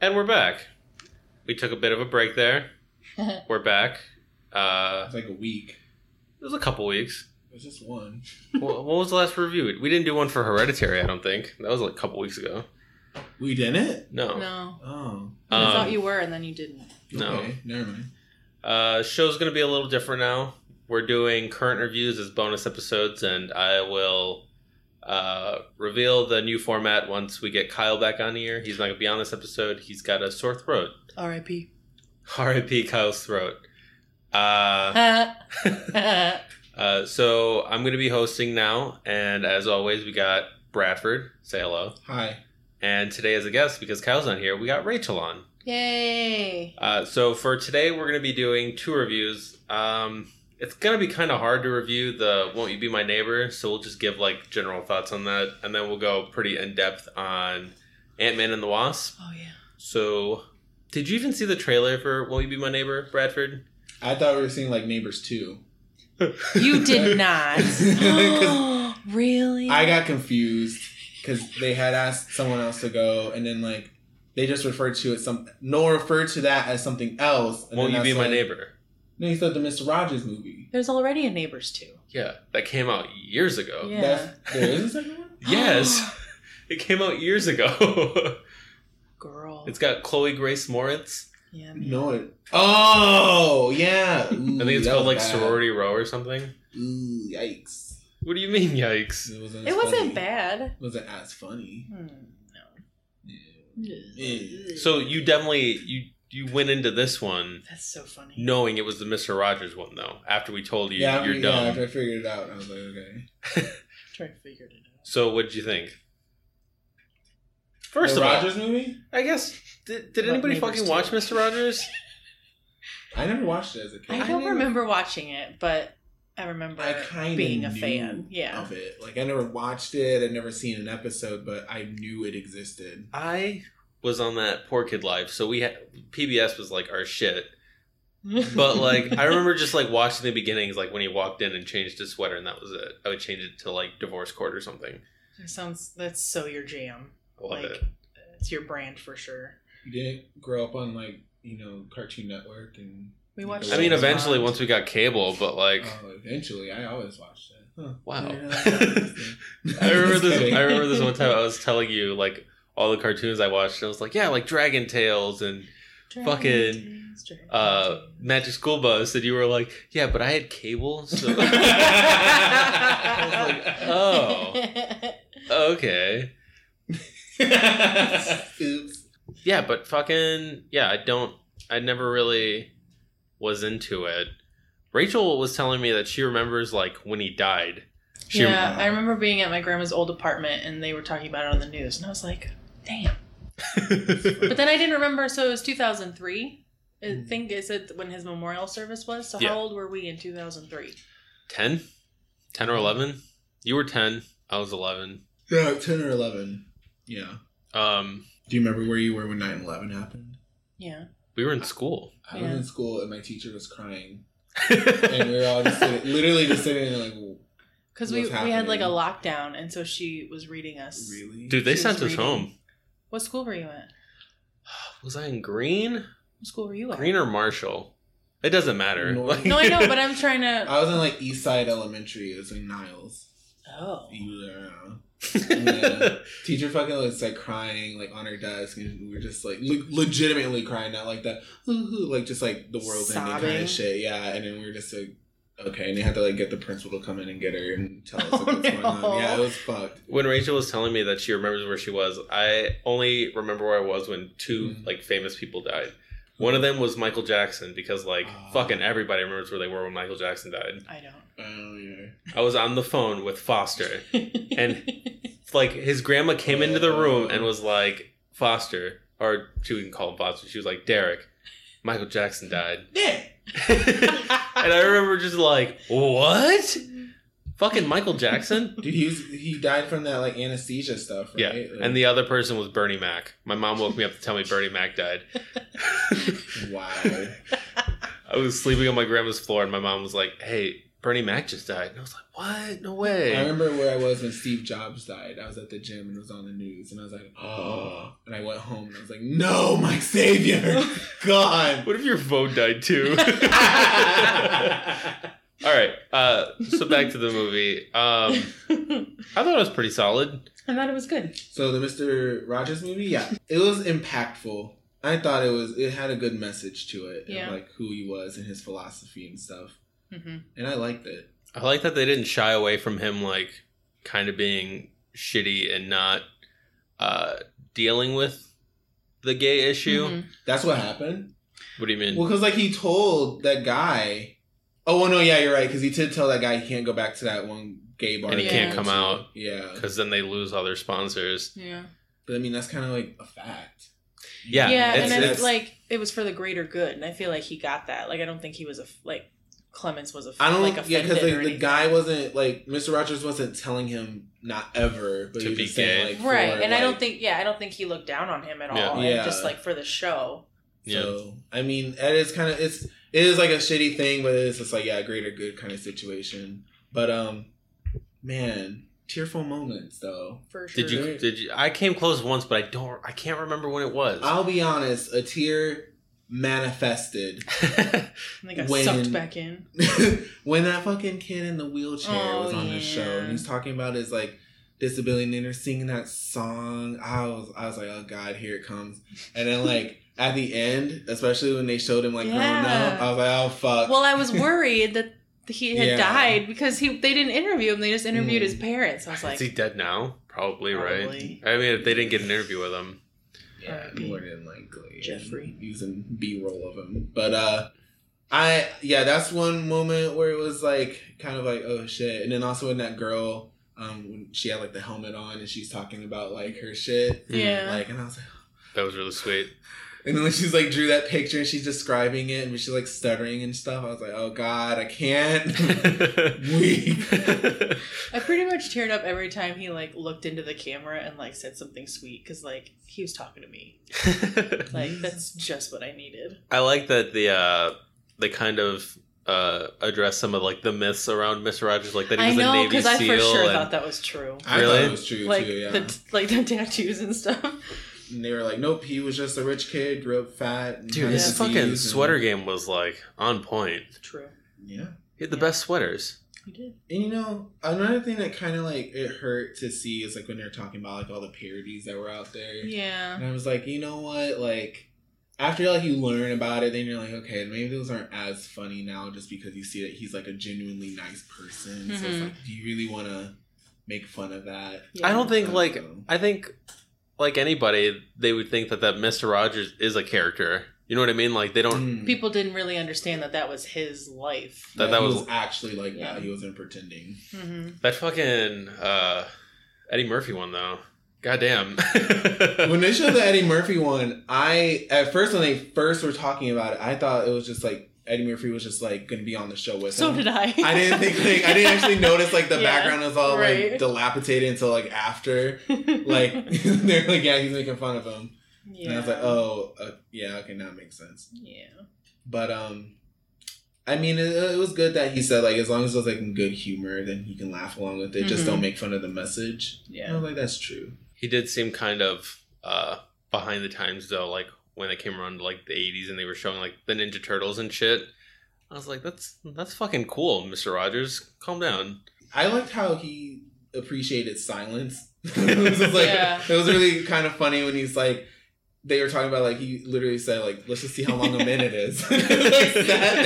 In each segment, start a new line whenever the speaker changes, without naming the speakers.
And we're back. We took a bit of a break there. we're back. Uh,
It's like a week.
it was a couple weeks.
It was just one.
Wh- what was the last review? We didn't do one for Hereditary, I don't think. That was like a couple weeks ago.
We didn't.
No.
No.
Oh.
I thought
Um,
you were, and then you didn't.
No.
Okay, never mind.
Uh, show's going to be a little different now. We're doing current reviews as bonus episodes, and I will uh, reveal the new format once we get Kyle back on here. He's not going to be on this episode. He's got a sore throat.
R.I.P.
R.I.P. Kyle's throat. Uh, uh, so I'm going to be hosting now, and as always, we got Bradford. Say hello.
Hi.
And today, as a guest, because Kyle's not here, we got Rachel on.
Yay!
Uh, so for today, we're going to be doing two reviews. Um, it's going to be kind of hard to review the "Won't You Be My Neighbor," so we'll just give like general thoughts on that, and then we'll go pretty in depth on Ant Man and the Wasp.
Oh yeah.
So, did you even see the trailer for "Won't You Be My Neighbor," Bradford?
I thought we were seeing like Neighbors too.
You did not.
'Cause-
really?
I got confused because they had asked someone else to go, and then like they just referred to it some Noel referred to that as something else. And
"Won't
then
You Be
that's
My
like-
Neighbor"?
No, you thought the Mister Rogers movie.
There's already a Neighbors too.
Yeah, that came out years ago.
Yeah.
That's, there is a second one.
Yes, it came out years ago.
Girl.
it's got Chloe Grace Moritz.
yeah. man.
No, it. Oh yeah.
I think it's called like Sorority Row or something.
Ooh, yikes!
What do you mean, yikes?
It wasn't. as
It wasn't
funny.
bad.
It wasn't as funny.
Hmm,
Yeah.
no.
So you definitely you you went into this one
that's so funny.
knowing it was the Mister Rogers one though. After we told you
yeah, I
you're
mean, yeah.
dumb,
After I figured it out, I was like, okay.
Trying to figure it out.
so what did you think? First
the
of all,
Rogers movie.
I guess did, did
What
anybody
neighbors
fucking
do?
watch Mister Rogers?
I never watched it as a kid.
I
I
don't
knew-
remember watching it, but I remember
I kind of
being a fan. Yeah.
of it. Like I never watched it. I'd never seen an episode, but I knew it existed.
I was on that poor kid life, so we had, PBS was like our shit. But like I remember just like watching the beginnings, like when he walked in and changed his sweater, and that was it. I would change it to like divorce court or something.
That sounds that's so your jam.
I love
like
it.
it's your brand for sure.
You didn't grow up on like you know Cartoon Network and.
We watched
I mean,
James
eventually,
Bond.
once we got cable, but like,
Oh, eventually, I always watched it. Huh.
Wow.
Didn't realize that existed.
I remember
Just
this.
kidding.
I remember this one time I was telling you like all the cartoons I watched. And I was like, yeah, like Dragon Tales and
Dragon
fucking,
Days, Dragon
uh,
Days.
Magic School Bus, and you were like, yeah, but I had cable, so
I was like,
oh, okay,
Oops.
yeah, but fucking yeah, I don't. I never really was into it. Rachel was telling me that she remembers like when he died. She,
yeah, I remember being at my grandma's old apartment and they were talking about it on the news, and I was like, damn. But then I didn't remember, so it was 2003. I
Mhm.
think is it when his memorial service was. So
Hmm. Yeah.
how old were we in 2003?
10? 10 or 11? You were 10. I was 11.
Yeah, ten or eleven. Yeah.
Um,
Do you remember where you were when 9-11 happened?
Yeah.
we were in school.
I
Yeah.
was in school and my teacher was crying, and
yeah,
we were all just sitting, literally just sitting there like,
Because we,
What's
we had like a
happening?
lockdown, and so she was reading us.
really?
Dude, they
She
sent us
was reading.
home.
What school were you at?
Was I in green?
What school were you at?
Green or Marshall? It doesn't matter.
No.
No, I know, but I'm trying to.
Uh,
I was in like East Side Elementary. It was in Niles.
Oh.
Yeah. Yeah. Teacher fucking was like crying like on her desk, and we were just like le- legitimately crying, not like that, "Ooh," like just like the world's ending kind
Sobbing.
of shit. Yeah, and then we were just like, okay, and they had to like get the principal to come in and get her and tell us like,
Oh,
what's going on.
no.
Yeah, it was fucked.
when Rachel was telling me that she remembers where she was, I only remember where I was when 2
Mhm.
like famous people died. One of them was Michael Jackson because like
Ah.
fucking everybody remembers where they were when Michael Jackson died.
I
Oh yeah.
I was on the phone with Foster
don't.
And- like his grandma came into the room and was like Foster, or she wouldn't call him Foster. She was like Derek. Michael Jackson died,
Yeah.
and I remember just like what? Fucking Michael Jackson.
Dude, he was, he died from that like anesthesia stuff, right?
Yeah, and the other person was Bernie Mac. My mom woke me up to tell me Bernie Mac died.
wow.
I was sleeping on my grandma's floor, and my mom was like, "Hey, Bernie Mac just died. And I was like, what? No
I
way.
remember where I was when Steve Jobs died. I was at the gym and it was on the news, and I was like, oh. And I went home and I was like, no, my savior, God.
What if your phone died too?
I
All right. Uh, so back to the movie. Um, I thought it was pretty solid.
I thought it was good.
So the Mister Rogers movie, yeah, it was impactful. I thought it was. It had a good message to it,
Yeah.
and like who he was and his philosophy and stuff.
hmm
And I liked it.
I like that they didn't shy away from him, like kind of being shitty and not uh, dealing with the gay issue.
Mm-hmm.
That's what happened.
What do you mean?
Well, because like he told that guy. Oh well, no, yeah, you're right. Because he did tell that guy he can't go back to that one gay bar,
and he
Yeah.
can't come out
Yeah,
because then they lose all their sponsors.
Yeah.
but I mean that's kind of like a fact.
Yeah,
yeah,
it's-
and
then
it's,
it's-
like it was for the greater good, and I feel like he got that. Like I don't think he was a like Clemens was a
I don't,
like
yeah,
offended or
because like, the
anything.
guy wasn't like Mr. Rogers wasn't telling him not ever, but
To
he was
be
just saying,
gay.
like, for,
right, and I don't
like-
think yeah, I don't think he looked down on him at
Yeah.
all.
Yeah.
And just like for the show.
Yeah.
So I mean, it is kind of it's it is like a shitty thing, but it's just like yeah, a greater good kind of situation. But um, man, tearful moments though.
For sure.
Did you? Did you? I came close once, but I don't. I can't remember when it was.
I'll be honest, a tear manifested
I think I
when-
sucked back in.
when that fucking kid in the wheelchair
Oh,
was on this
yeah.
show and he's talking about his like disability and they're singing that song. I was I was like, oh god, here it comes. And then like at the end, especially when they showed him like grown
Yeah.
up, I was like, oh fuck.
Well, I was worried that he had
Yeah.
died because he they didn't interview him. They just interviewed
Mm.
his parents. I was like,
Is he dead now? Probably,
Probably.
right. I mean, if they didn't get an interview with him,
yeah,
R.I.P.
more than likely.
Jeffrey.
Using B roll of him. But uh I yeah, that's one moment where it was like kind of like, oh shit. And then also when that girl um when she had like the helmet on and she's talking about like her shit.
yeah.
Like and I was like
that was really sweet.
And then when she's like drew that picture and she's describing it and she's like stuttering and stuff, I was like, oh god, I can't. Weak.
I pretty much teared up every time he like looked into the camera and like said something sweet because like he was talking to me. Like that's just what I needed.
I like that the uh, they kind of uh, address some of like the myths around Mister Rogers, like that he
I
was a
know
Navy
because
SEAL.
I for sure
and-
thought that was true.
I
Really?
thought it was true
Like
too, yeah.
the t- like the tattoos and stuff.
and they were like, nope, he was just a rich kid, grew up fat. and
Dude,
had
his
disease
fucking
and-
sweater game was like on point.
True,
Yeah.
He had the
Yeah.
best sweaters.
you did.
And you know, another thing that kind of like it hurt to see is like when they're talking about like all the parodies that were out there.
Yeah,
And I was like, you know what? Like, after like you learn about it, then you're like, okay, maybe those aren't as funny now, just because you see that he's like a genuinely nice person. So it's
Mhm.
like, do you really want to make fun of that?
I don't think
don't
like
know.
I think like anybody they would think that that Mister Rogers is a character. You know what I mean? Like they don't.
Mm.
people didn't really understand that that was his life.
that-
Yeah,
that
he
was-
actually like
Yeah.
that. He wasn't pretending.
hmm
That fucking uh, Eddie Murphy one though. Goddamn.
when they showed the Eddie Murphy one, I at first when they first were talking about it, I thought it was just like Eddie Murphy was just like going to be on the show with
So
him.
did I.
I didn't think like I didn't actually notice like the
Yeah,
background was all
right.
like dilapidated until like after. Like they're like, yeah, he's making fun of him.
yeah.
And I was like, oh, uh, yeah, okay, now it makes sense.
Yeah.
But um, I mean, it, it was good that he said like, as long as it's like in good humor, then he can laugh along with it. Just
Mhm.
don't make fun of the message. And I
Yeah.
was like, that's true.
he did seem kind of uh behind the times though like when it came around to like the 80s and they were showing like the ninja turtles and shit i was like that's that's fucking cool mr rogers calm down
I liked how he appreciated silence. it was just, like
Yeah.
it was really kind of funny when he's like. They were talking about like he literally said like let's just see how long a minute is. Like, sat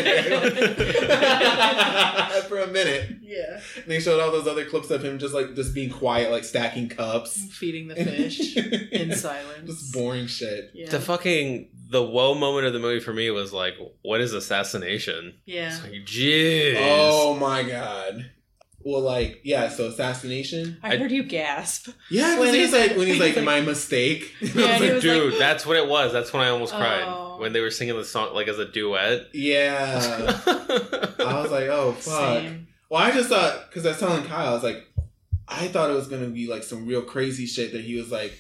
there. for a minute.
Yeah.
And they showed all those other clips of him just like just being quiet, like stacking cups.
Feeding the fish in
Just
silence.
boring shit.
Yeah.
the fucking the whoa moment of the movie for me was like what is assassination
yeah.
it's like jeez
Oh my god. Well, like yeah, so assassination.
I heard you gasp.
Yeah, because
When
he's
he's
like
like-
when he's
he's
like
like-
my mistake.
Yeah,
I was
he
like,
was
dude
like-
that's what it was that's when i almost cried
Oh.
when they were singing the song like as a duet
yeah. I was like, oh fuck.
Same.
Well, I just thought because I was telling Kyle, I was like, I thought it was gonna be like some real crazy shit that he was like,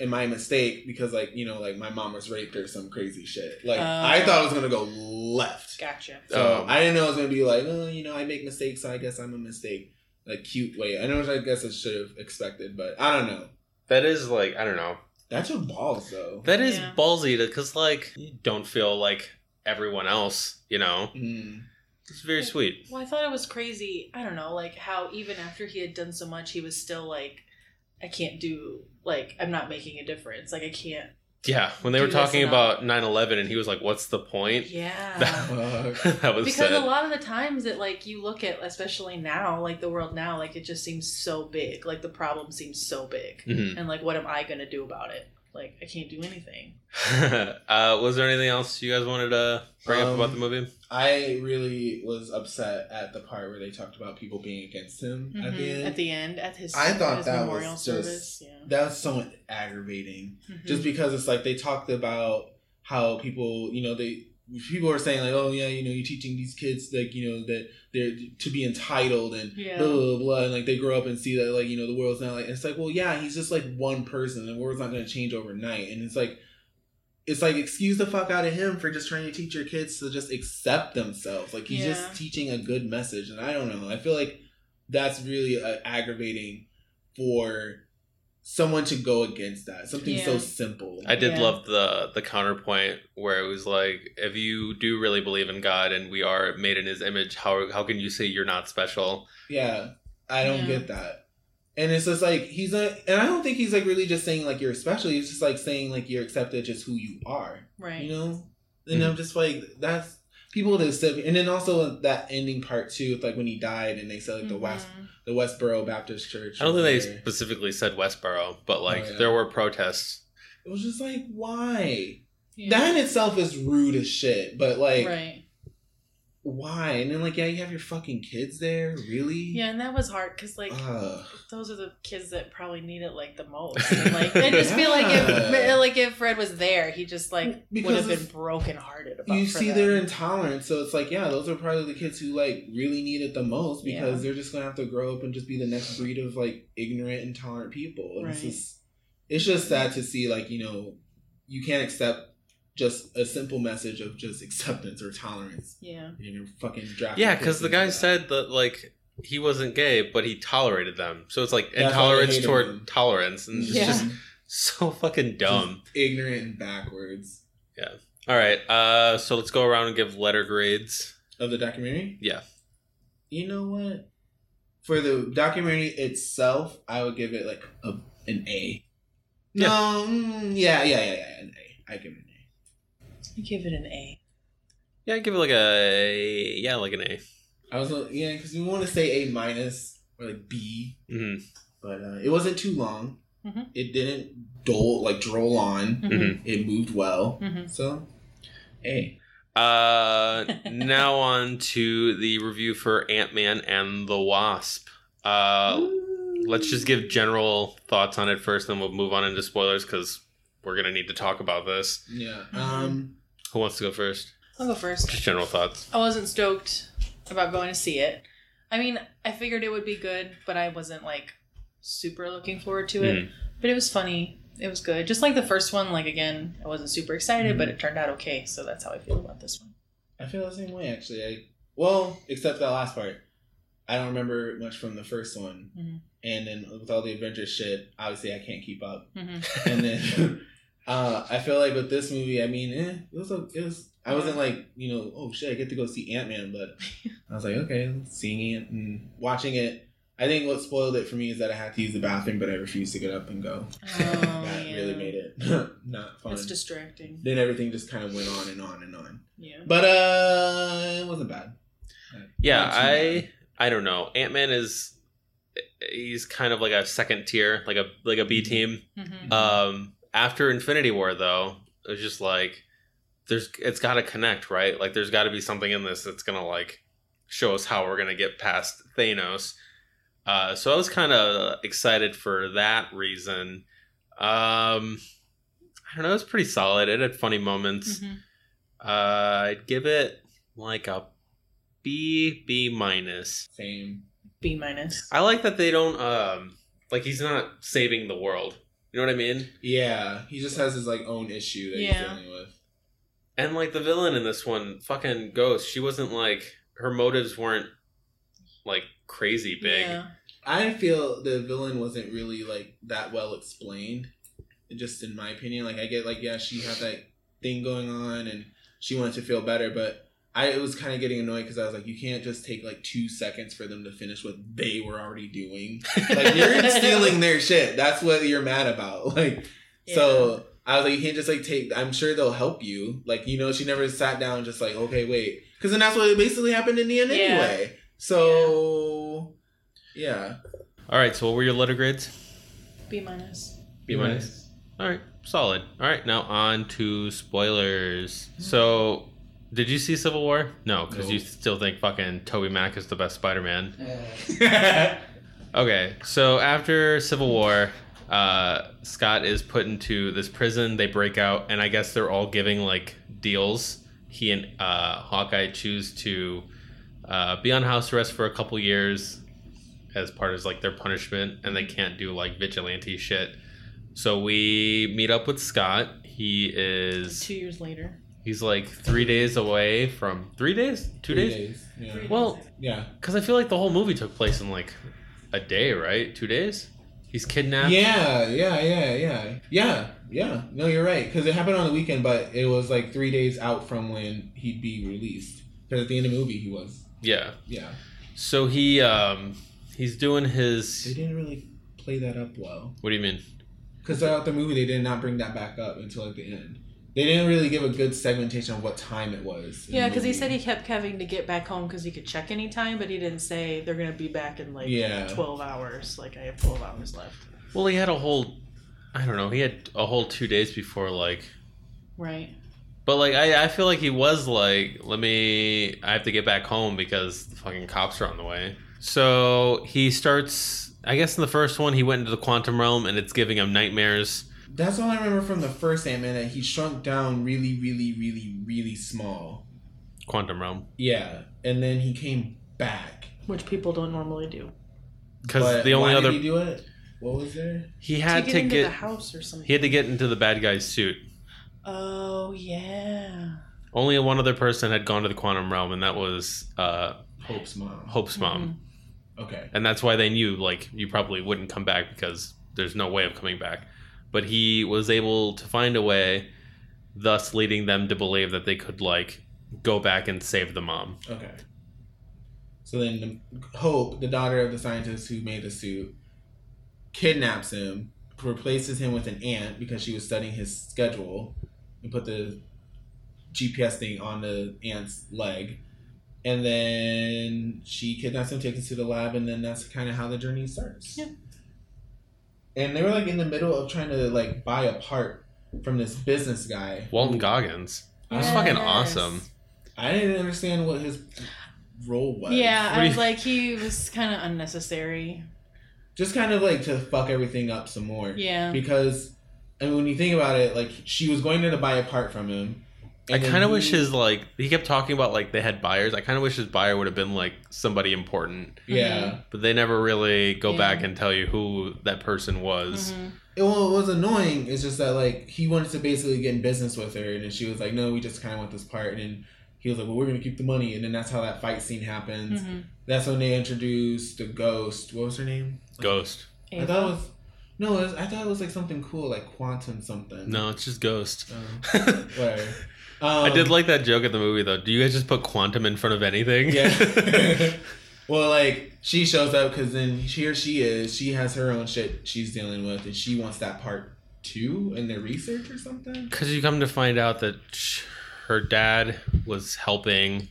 am I a mistake because like you know like my mom was raped or some crazy shit. Like
Oh.
I thought it was gonna go left.
Gotcha.
So
Um,
I didn't know it was gonna be like, oh, you know, I make mistakes, so I guess I'm a mistake. Like cute way. I know I guess I should have expected, but I don't know.
That is like I don't know.
That's your balls though.
That is
Yeah.
ballsy because like you don't feel like everyone else. You know,
Mm.
it's very
Yeah.
sweet.
Well, I thought it was crazy. I don't know, like how even after he had done so much, he was still like, I can't do, like, I'm not making a difference. Like, I can't.
Yeah, when they were
Do this
talking
and
about 9-11 and he was like, "What's the point?"
Yeah.
Fuck.
that was
because
sad.
a lot of the times that, like, you look at, especially now, like the world now, like, it just seems so big. Like, the problem seems so big.
Mhm.
And, like, what am I going to do about it? Like, I can't do anything.
uh, was there anything else you guys wanted to bring up
Um,
about the movie?
I really was upset at the part where they talked about people being against him at the
Mhm.
end.
At the end, at his,
I thought
at his
that was
memorial
just-
service. Yeah.
that was so aggravating.
Mhm.
just because it's like they talked about how people you know they people are saying like oh yeah you know you're teaching these kids like you know that they're to be entitled and
Yeah.
blah, blah blah blah and like they grow up and see that like you know the world's not like and it's like well yeah he's just like one person the world's not going to change overnight and it's like it's like excuse the fuck out of him for just trying to teach your kids to just accept themselves like he's
Yeah.
just teaching a good message and i don't know i feel like that's really uh, aggravating for someone to go against that something so
Yeah.
simple
I did
Yeah.
love the the counterpoint where it was like, if you do really believe in God and we are made in His image, how how can you say you're not special?
Yeah, I don't
Yeah.
get that. And it's just like he's not, and I don't think he's like really just saying like you're special. He's just like saying like you're accepted just who you are,
Right.
you know. And
Mm.
I'm just like that's people that said, and then also that ending part too, with, like when he died, and they said like the West,
Mhm.
the Westboro Baptist Church.
I don't think they
was there.
specifically said Westboro, but like
Oh, yeah.
there were protests.
It was just like why
Yeah.
that in itself is rude as shit, but like
right.
why? And then like yeah, you have your fucking kids there, really?
Yeah, and that was hard because like
Ugh.
those are the kids that probably need it like the most. And, like I just feel like
Yeah.
if like if Fred was there, he just like would
Because
have been
it's-
broken hearted about.
you
for
see
them.
their intolerance so it's like yeah those are probably the kids who like really need it the most because they're just gonna have to grow up and just be the next breed of like ignorant intolerant people and it's
Right.
just it's just sad to see like you know you can't accept just a simple message of just acceptance or tolerance
yeah.
and you're fucking drafting
Yeah,
kids
because the
into
guy
that.
said that like he wasn't gay, but he tolerated them. So it's like
That's why they
intolerance
hated
toward
him.
tolerance, and it's
Yeah.
just so fucking dumb.
ignorant and backwards
All right, uh, so let's go around and give letter grades.
of the documentary
Yeah.
you know what for the documentary itself i would give it like a, an a
Yeah.
no mm, yeah yeah yeah yeah an a i give it an a
You give it an A.
Yeah, I'd give it like a yeah, like an A.
i was like, yeah because we want to say a minus or like b
hmm
but uh, it wasn't too long
Mhm.
it didn't dole like droll on
Mm-hmm,
Mhm.
it moved well
Mhm.
so a
Uh, now on to the review for Ant Man and the Wasp. Uh, let's just give general thoughts on it first, then we'll move on into spoilers because we're gonna need to talk about this.
yeah um
Who wants to go first?
I'll go first.
Just general thoughts.
I wasn't stoked about going to see it. I mean, I figured it would be good, but I wasn't like super looking forward to
Mm.
it. But it was funny. It was good. Just like the first one, like again, I wasn't super excited, but
Mm-hmm.
it turned out okay. So that's how I feel about this one.
i feel the same way actually i well except that last part i don't remember much from the first one
Mhm.
and then with all the adventure shit obviously i can't keep up
hmm
and then uh, I feel like with this movie, I mean, eh, it was, a, it was. I wasn't like you know, oh shit, I get to go see Ant Man, but I was like, okay, seeing it and watching it. I think what spoiled it for me is that I had to use the bathroom, but I refused to get up and go.
Oh,
that
yeah.
really made it not fun.
It's distracting.
then everything just kind of went on and on and on.
Yeah.
But uh, it wasn't bad.
Yeah,
Not too
I I don't know. Ant Man is he's kind of like a second tier, like a like a B team.
Mm-hmm.
Um, after Infinity War, though, it was just like there's it's got to connect, right? Like there's got to be something in this that's gonna like show us how we're gonna get past Thanos. Uh, so I was kind of excited for that reason. Um, I don't know. It was pretty solid. It had funny
Mm-hmm.
moments. Uh, I'd give it like a B, B minus.
Mm-hmm. Same.
B minus.
I like that they don't um like he's not saving the world. You know what I mean?
Yeah, he just has his like own issue that
Yeah.
he's dealing with.
And like the villain in this one, fucking Ghost, she wasn't like her motives weren't like crazy big.
Yeah.
I feel the villain wasn't really like that well explained. Just in my opinion, like I get like yeah, she had that thing going on and she wanted to feel better, but I was kind of getting annoyed because I was like, you can't just take like two seconds for them to finish what they were already doing. Like you're stealing their shit. That's what you're mad about. Like So I was like, you can't just like take. I'm sure they'll help you. Like you know, she never sat down and just like, okay, wait, because then that's what basically happened in the end
Yeah.
anyway. So yeah,
All right, so what were your letter grades?
B minus.
B minus. All right, solid. All right, now on to spoilers. So, did you see Civil War? No, because you
Nope.
still think fucking Toby Mac is the best Spider-Man.
yeah,
Okay, so after Civil War, uh, Scott is put into this prison. They break out, and I guess they're all giving like deals. He and uh, Hawkeye choose to uh, be on house arrest for a couple years as part of like their punishment, and they can't do like vigilante shit. So we meet up with Scott. He is
Two years later.
he's like three days away from three days, two days.
Yeah,
Well,
yeah,
Because I feel like the whole movie took place in like a day, right? Two days? He's kidnapped.
yeah, yeah, yeah, yeah, yeah, yeah. No, you're right because it happened on the weekend, but it was like three days out from when he'd be released. Because at the end of the movie, he was
Yeah.
yeah.
So he um he's doing
They
his
didn't really play that up well.
what do you mean?
Because throughout the movie, they did not bring that back up until at the end. They didn't really give a good segmentation of what time it was. in
Yeah,
the
because he
movie.
said he kept having to get back home because he could check anytime, but he didn't say they're gonna be back in like
Yeah.
twelve hours. Like I have twelve hours left.
Well, he had a whole I don't know, he had a whole two days before like
Right.
but like I, I feel like he was like, let me I have to get back home because the fucking cops are on the way. So he starts I guess in the first one he went into the quantum realm and it's giving him nightmares.
That's all I remember from the first Ant Man that he shrunk down really, really, really, really small.
Quantum realm.
Yeah, and then he came back.
Which people don't normally do.
Because
But
the only
why
other
did he do it? What was there?
he had
to get
to
into
get
the house or something.
He had to get into the bad guy's suit.
Oh yeah.
Only one other person had gone to the quantum realm, and that was uh,
Hope's mom.
Hope's mom.
Okay.
And that's why they knew, like, you probably wouldn't come back because there's no way of coming back. But he was able to find a way, thus leading them to believe that they could, like, go back and save the mom.
Okay. So then the, Hope, the daughter of the scientist who made the suit, kidnaps him, replaces him with an ant because she was studying his schedule, and put the GPS thing on the ant's leg. And then she kidnaps him, takes him to the lab, and then that's kind of how the journey starts.
Yeah.
And they were like in the middle of trying to like buy a part from this business guy.
Walton
who-
Goggins.
I
That's
don't-
fucking
Yes.
awesome.
I didn't understand what his role was.
Yeah,
What
I
do
was
you-
like he was kind of unnecessary.
just kind of like to fuck everything up some more.
Yeah.
Because, and when you think about it, like she was going there to buy a part from him.
I
and then
kind of
he-
wish his, like, he kept talking about, like, they had buyers. I kind of wish his buyer would have been, like, somebody important.
Yeah.
But they never really go
Yeah.
back and tell you who that person was.
Mhm.
It, well, it was annoying. It's just that like he wanted to basically get in business with her, and then she was like, "No, we just kind of want this part." And then he was like, "Well, we're gonna keep the money." And then that's how that fight scene happens.
Mhm.
That's when they introduced the ghost. What was her name?
Ghost.
I thought it was. No, it was, I thought it was like something cool, like quantum something.
No, it's just Ghost.
Um,
I
whatever.
did
Um,
like that joke at the movie though. Do you guys just put quantum in front of anything?
Yeah. well, like she shows up because then here she is. She has her own shit she's dealing with, and she wants that part two in their research or something.
Because you come to find out that sh- her dad was helping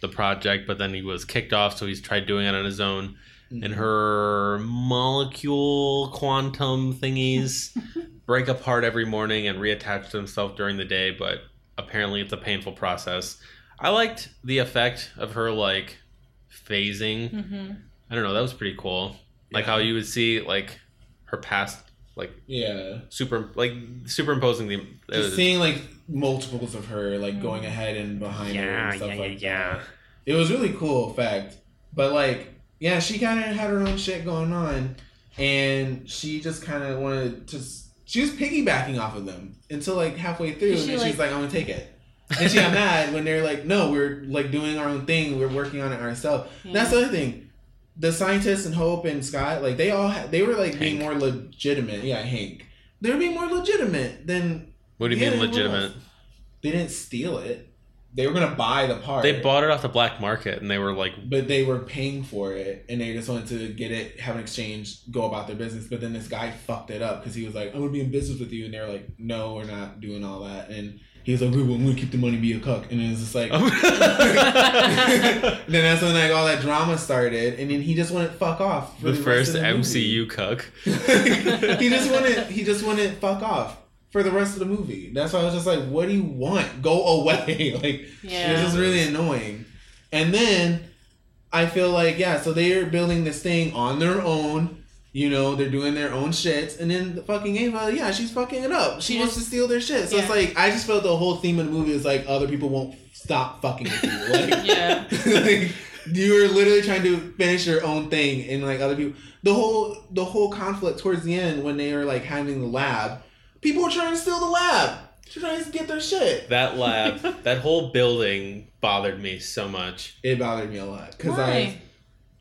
the project, but then he was kicked off, so he's tried doing it on his own.
Mm-hmm.
And her molecule quantum thingies break apart every morning and reattach themselves during the day, but apparently it's a painful process. I liked the effect of her like phasing.
Mhm.
I don't know. That was pretty cool. Like
Yeah.
how you would see like her past, like
yeah,
super, like superimposing the. uh, it
just
was-
seeing like multiples of her like
Mhm.
going ahead and behind her
yeah,
and
yeah,
stuff
yeah,
like
yeah.
that. It was really cool effect, but like yeah, she kind of had her own shit going on, and she just kind of wanted to s- She was piggybacking off of them until like halfway through,
Is
and
she
then she was
like-
like, "I'm gonna take it." And she got mad when they're like, "No, we're like doing our own thing. We're working on it ourselves."
Yeah.
That's the other thing. The scientists and Hope and Scott, like they all, ha- they were like being
Hank.
more legitimate. Yeah, Hank. They were being more legitimate than
What do you
the
mean
other ones.
legitimate?
They didn't steal it. They were gonna buy the part.
They bought it off the black market and they were like,
but they were paying for it and they just wanted to get it, have an exchange, go about their business. But then this guy fucked it up because he was like, I'm gonna be in business with you. And they were like, No, we're not doing all that. And he was like, We will keep the money, be a cuck. And it was just like,
the
and then that's when like all that drama started. And then he just wouldn't fuck off. for rest
first
of the movie.
MCU cuck.
he just wouldn't, he just wouldn't fuck off. For the rest of the movie, that's why I was just like, "What do you want? Go away!" like,
Yeah.
this is really annoying. And then I feel like, yeah, so they're building this thing on their own. You know, they're doing their own shit. And then the fucking Ava, yeah, she's fucking it up. She
She
wants to
just-
steal their shit. So it's
yeah.
like, I just felt the whole theme of the movie is like, other people won't stop fucking with you. Like,
yeah.
like, you were literally trying to finish your own thing and like other people the whole the whole conflict towards the end when they were like having the lab people were trying to steal the lab They're trying to get their shit
That lab, that whole building bothered me so much
It bothered me a lot because I
Why?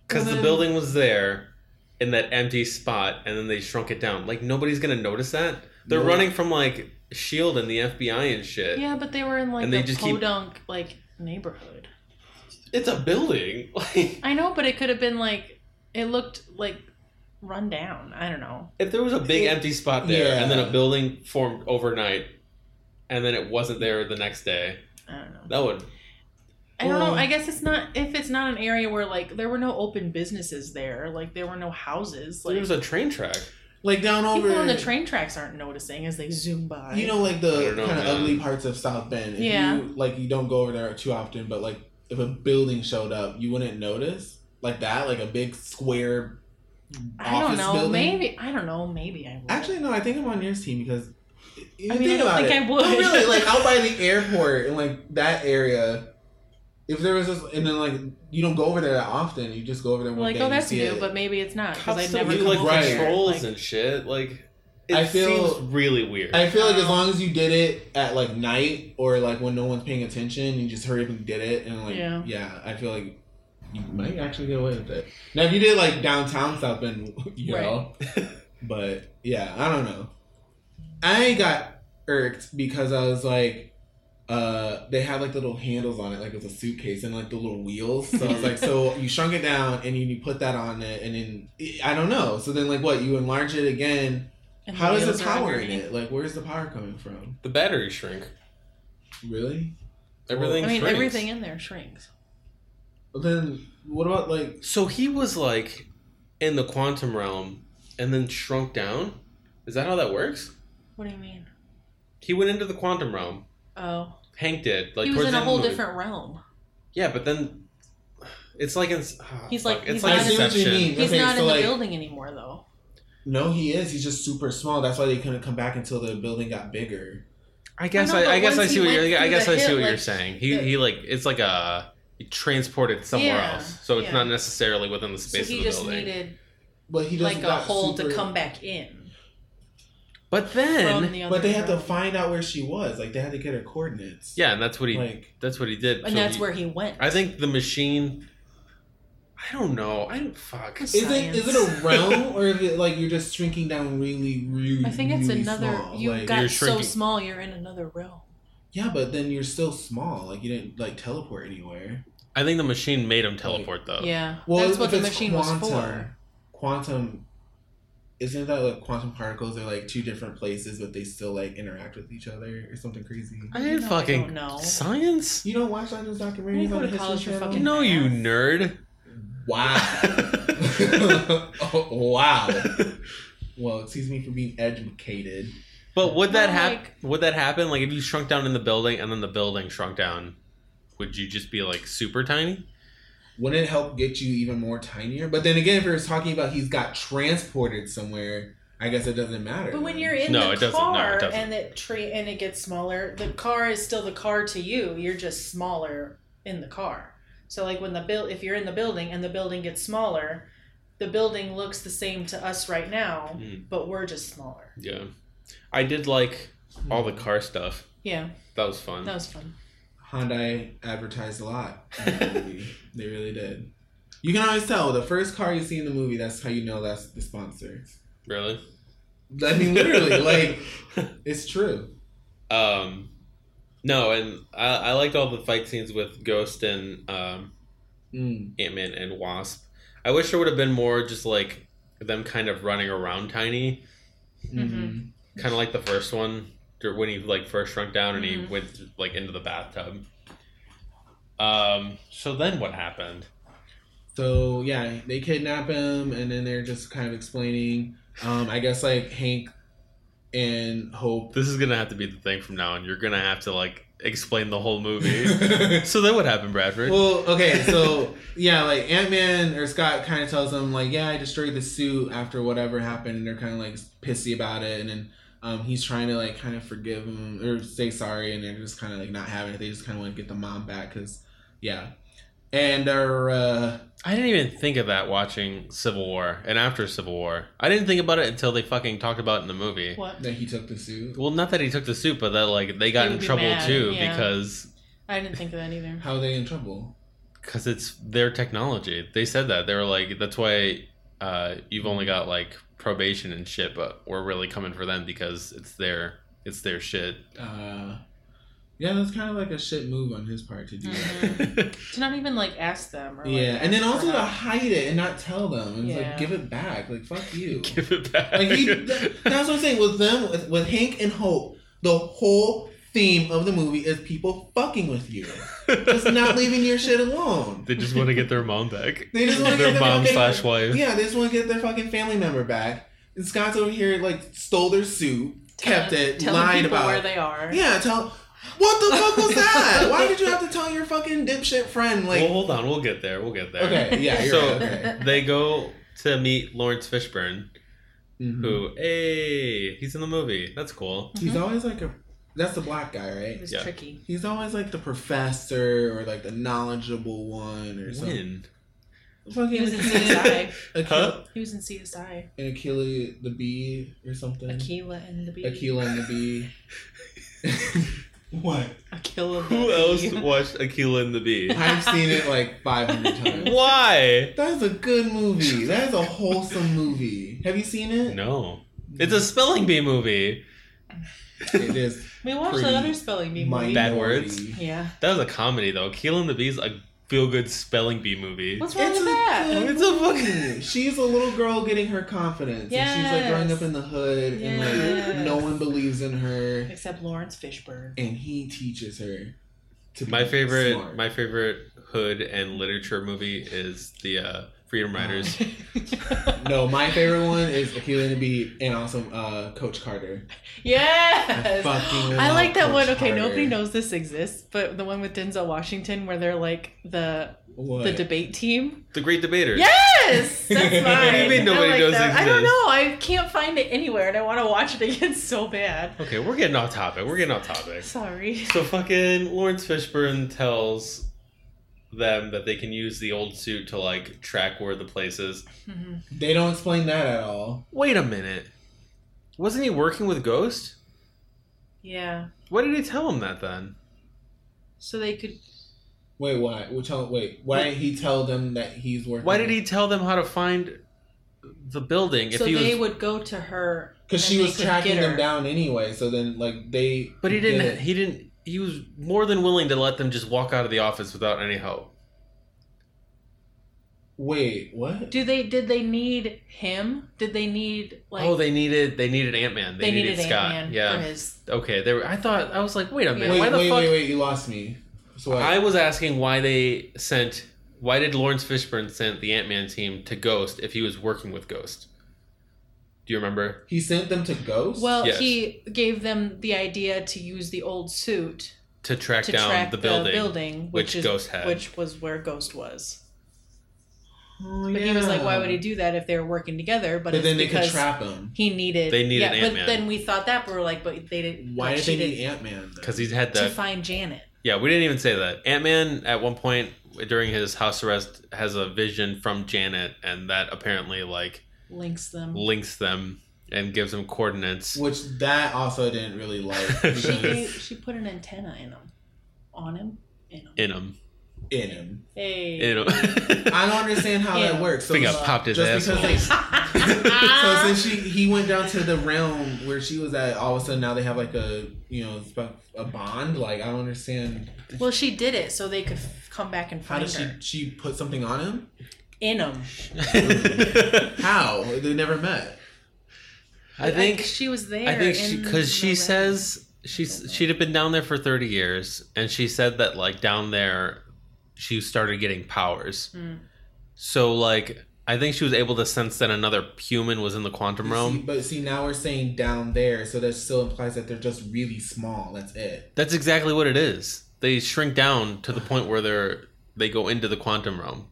because
Well,
the
then-
building was there in that empty spot and then they shrunk it down. Like nobody's gonna notice that. They're
No.
running from like Shield E and the FBI and shit.
Yeah, but they were in like
And they
the
just keep-
podunk like neighborhood.
It's a building. Like
I know, but it could have been like it looked like run down. I don't know.
if there was a big empty spot there and then
Yeah.
a building formed overnight and then it wasn't there the next day,
I don't know.
that would
I don't
Well-
know. I guess it's not if it's not an area where like there were no open businesses there, like there were no houses. Like
there was a train track.
like down over
people on the train tracks aren't noticing as they zoom by.
You know, like
I
the
don't know,
kind of
man.
ugly parts of South Bend. If
Yeah.
You, like you don't go over there too often, but like if a building showed up, you wouldn't notice like that, like a big square
I don't
office
know.
building.
Maybe I don't know. Maybe I would.
Actually, no. I think I'm on your team because you
I mean, I
think
don't
about
think I
it.
would.
No, really, like out by the airport and like that area. If there was this, and then like you don't go over there that often, you just go over there one
like
day.
oh,
and
that's
see
new,
it.
but maybe it's not because I
Cops don't
never
do,
come
like
over there.
controls
Like,
and shit. Like it
I feel-
seems really weird.
I feel like as
Um,
long as you did it at like night or like when no one's paying attention, you just hurry up and did it, and like yeah,
Yeah.
I feel like you might actually get away with it. Now if you did like downtown South Bend, you know, but yeah, I don't know. I got irked because I was like, uh, they had like little handles on it, like it was a suitcase and like the little wheels. So I was like, so you shrunk it down and you, you put that on it, and then I don't know. So then like what you enlarge it again.
and
How is
wheels
the
are
power in
underneath.
it? Like, where's the power coming from?
the batteries shrink.
Really?
Everything.
I mean,
shrinks.
everything in there shrinks.
But then, what about like?
So he was like in the quantum realm and then shrunk down. Is that how that works?
What do you mean?
He went into the quantum realm.
Oh,
Hank did. Like
he was
towards
in
the
a
end of
whole
the movie.
different realm.
Yeah, but then it's like in, ah,
He's like-
it's
he's
like
not in- I see
what you
Inception.
mean.
He's
Okay,
not
so,
in the
like-
building anymore, though.
No, he is. He's just super small. That's why they couldn't come back until the building got bigger.
I guess
know,
I,
but
I guess I
once
see
he
what
went
you're I
through
guess
the
I see
hit,
what you're
like,
saying. He
the-
he like it's like a he transported somewhere
Yeah,
else, so it's
yeah.
not necessarily within the
So
space
he
of the
just
building.
needed
But he just
like a
got
hole to
super-
come back in.
but
From
then
the other
But they had to
realm.
find out where she was. Like they had to get her coordinates.
yeah, and that's what he
Like
that's what he did.
and
So
that's
he-
where he went.
I think the machine. I don't know. I don't fuck.
It's-
is it is it a
Science.
realm or is it like you're just shrinking down really really?
I think it's
really
another.
small?
You
Like-
You're
got so
shrinking.
small, you're in another realm.
yeah, but then you're still small. Like you didn't like teleport anywhere.
I think the machine made him teleport though.
yeah,
Well,
that's what
if
the
it's
machine was for.
Quantum, isn't that like quantum particles are like two different places, but they still like interact with each other or something crazy?
I didn't
No, I
fucking
don't know.
science.
You don't watch like those
You
documentaries
go
on
to
the History
college for
Channel?
fucking-
No, you
Yes.
nerd.
Wow. Oh, wow. Well, excuse me for being educated.
but would that
No,
happen?
like-
would that happen? Like if you shrunk down in the building and then the building shrunk down, would you just be like super tiny?
Wouldn't it help get you even more tinier? But then again, if we were talking about he's got transported somewhere, I guess it doesn't matter.
But when
then.
you're in
No,
the
it doesn't. No, it
car
doesn't.
and it tree and it gets smaller, the car is still the car to you. You're just smaller in the car. So like when the build, if you're in the building and the building gets smaller, the building looks the same to us right now,
Mm.
but we're just smaller.
Yeah. I did like all the car stuff.
Yeah,
That was fun.
that was fun.
Hyundai advertised a lot in that movie. they really did. You can always tell the first car you see in the movie. That's how you know that's the sponsor.
Really?
I mean, literally, like it's true.
Um, no, and I, I liked all the fight scenes with Ghost and um,
Mm.
Ant Man and Wasp. I wish there would have been more just like them kind of running around Tiny,
mm-hmm.
Mhm.
kind of like the first one or when he like first shrunk down and
Mhm.
he went like into the bathtub. Um. So then what happened?
So yeah, they kidnap him, and then they're just kind of explaining. Um, I guess like Hank and Hope.
This is gonna have to be the thing from now on. You're gonna have to like explain the whole movie.
well,
so then what happened, Bradford?
okay, so yeah, like Ant Man or Scott kind of tells them like, yeah, I destroyed the suit after whatever happened, and they're kind of like pissy about it, and then. Um, he's trying to like kind of forgive him or say sorry, and they're just kind of like not having it. They just kind of want to get the mom back, cause yeah, and they're uh,
I didn't even think of that watching Civil War and after Civil War. I didn't think about it until they fucking talked about it in the movie.
What?
that he took the suit.
Well, not that he took the suit, but that like they got
He would
in
be
trouble
mad,
too
yeah.
because
I didn't think of that either.
How are they in trouble?
because it's their technology. They said that they were like that's why uh, you've only got like probation and shit, but we're really coming for them because it's their it's their shit.
uh yeah that's kind of like a shit move on his part to do that.
Mhm.
Mm.
To not even like ask them. Or, like,
yeah and then
ask
also
for
to
help.
hide it and not tell them and
Yeah.
like give it back like fuck you
Give it back.
like he th- that's what i'm saying with them with, with hank and hope the whole theme of the movie is people fucking with you just not leaving your shit alone
they just want to get their mom back.
They just wanna
their
get their
mom
mom
slash
back.
wife.
yeah they just want to get their fucking family member back and scott's over here like stole their suit kept it
Telling
lied
people
about
where
it.
they are.
yeah tell what the fuck was that why did you have to tell your fucking dipshit friend like
well, hold on, we'll get there. We'll get there.
Okay, yeah, you're
So-
right, okay.
They go to meet Lawrence Fishburne,
Mhm.
who, hey, he's in the movie. That's cool.
He's always like a. That's the black guy,
It
right?
was
Yeah.
tricky.
He's always like the professor or like the knowledgeable one or something.
When?
He
Fucking
was in
Achilles,
CSI.
Achille-
Huh?
he was in CSI.
and Achilles the bee or something.
Akila and the Bee.
Aquila and the bee. what?
Akila. and
Who
the
else
Bee.
watched Aquila and the Bee?
I've seen it like 500 times.
Why?
That's a good movie. That is a wholesome movie. Have you seen it?
No. It's a spelling bee movie.
It is
We watched
Pretty
the other spelling bee
minority.
movie.
Bad words.
Yeah.
That was a comedy, though. Aquila and the Bee's a feel good spelling bee movie.
What's wrong
It's a,
with that?
good
It's a fucking-
movie. She's a little girl getting her confidence. And she's like growing
Yes.
up in the hood and like
Yes.
no one believes in her.
Except Lawrence Fishburne.
And he teaches her to
My
be
favorite,
smart.
my favorite hood and literature movie is the uh, Freedom Riders.
No, my favorite one is Aquila and the Bee and also uh, Coach Carter. I
yes.
fucking
I
love
like that
Coach
one. Okay,
Carter.
nobody knows this exists, but the one with Denzel Washington where they're like the
What?
the debate team.
the Great Debater.
Yes, that's mine.
What do you
mean nobody
I like
knows
that. I don't
exists?
know. I can't find it anywhere, and I want to watch it again so bad.
Okay, we're getting off topic. We're getting off topic.
Sorry.
So fucking Lawrence Fishburne tells them that they can use the old suit to like track where the place is.
Mhm.
they don't explain that at all.
Wait a minute. Wasn't he working with Ghost?
Yeah.
Why did he tell him that then?
So they could.
Wait, why? Well, tell, wait, why did he tell them that he's working?
Why did he tell them how to find the building if
so
he was
they would go to her.
Because
and
she
they
was
could
tracking
get her.
them down anyway. So then, like they.
But he
get
didn't
it.
he didn't he was more than willing to let them just walk out of the office without any help.
Wait, what?
Do they? Did they need him? Did they need like?
oh, they needed they needed Ant Man. They,
they
needed, Scott.
Ant-Man
yeah.
for his.
Okay. There. I thought I was like, wait a minute.
wait,
why the
wait,
fuck?
wait, wait! You lost me. So what?
I was asking why they sent. Why did Lawrence Fishburne send the Ant Man team to Ghost if he was working with Ghost? Do you remember?
He sent them to Ghost.
Well,
Yes.
he gave them the idea to use the old suit
To track
to
down
track
the building, which
which, is
Ghost had.
which was where Ghost was.
Oh,
But he was like,
yeah.
"Why would he do that if they were working together?" But,
But
it's
then they
because
could trap him.
he needed.
They needed
yeah,
Ant-Man.
But then we thought that, but we were like, "But they didn't."
Why
like,
did
she
they need
didn't-
Ant Man?
because he had
to
the.
find Janet?
yeah, we didn't even say that. Ant Man at one point during his house arrest has a vision from Janet, and that apparently like
Links them.
links them and gives him coordinates.
which that also didn't really like
She gave,
because
she put an antenna in him, on him, in him.
In him,
in him.
Hey.
in him.
I don't understand how
Yeah.
that works. So
Thing got
it's-
popped his
just
asshole.
because they so since she he went down to the realm where she was at, all of a sudden now they have like a you know sp- a bond. Like I don't understand
well, she did it so they could f- come back and
how
find
did she
her.
she put something on him?
In him.
How they never met.
I think
she was there.
I think she
in
because she
the-
says she's she'd have been down there for thirty years, and she said that like down there, she started getting powers.
Mm.
So like, I think she was able to sense that another human was in the quantum
See,
realm.
but see now we're saying down there, so that still implies that they're just really small. That's it.
That's exactly what it is. They shrink down to the point where they're they go into the quantum realm.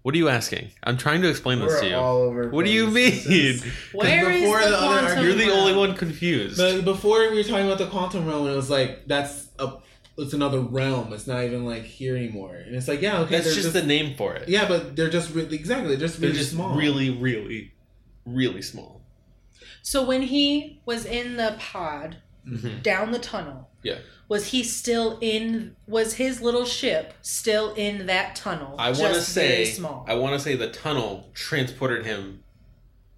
What are you asking? I'm trying to explain this to
We're
you.
all over.
what do you mean?
place. This is-
Where is
before
the,
the other
quantum
argument-
You're the
realm?
only one confused.
But before we were talking about the quantum realm, and it was like that's a it's another realm. It's not even like here anymore. And it's like yeah, okay,
That's
they're
just, the name for it.
Yeah, but they're just really exactly. They're just
They're
really
just
small.
really, really, really small.
So when he was in the pod
Mm-hmm.
mm-hmm.
down the tunnel,
Yeah.
was he still in? Was his little ship still in that tunnel?
I want to
just
say,
very small.
I want to say the tunnel transported him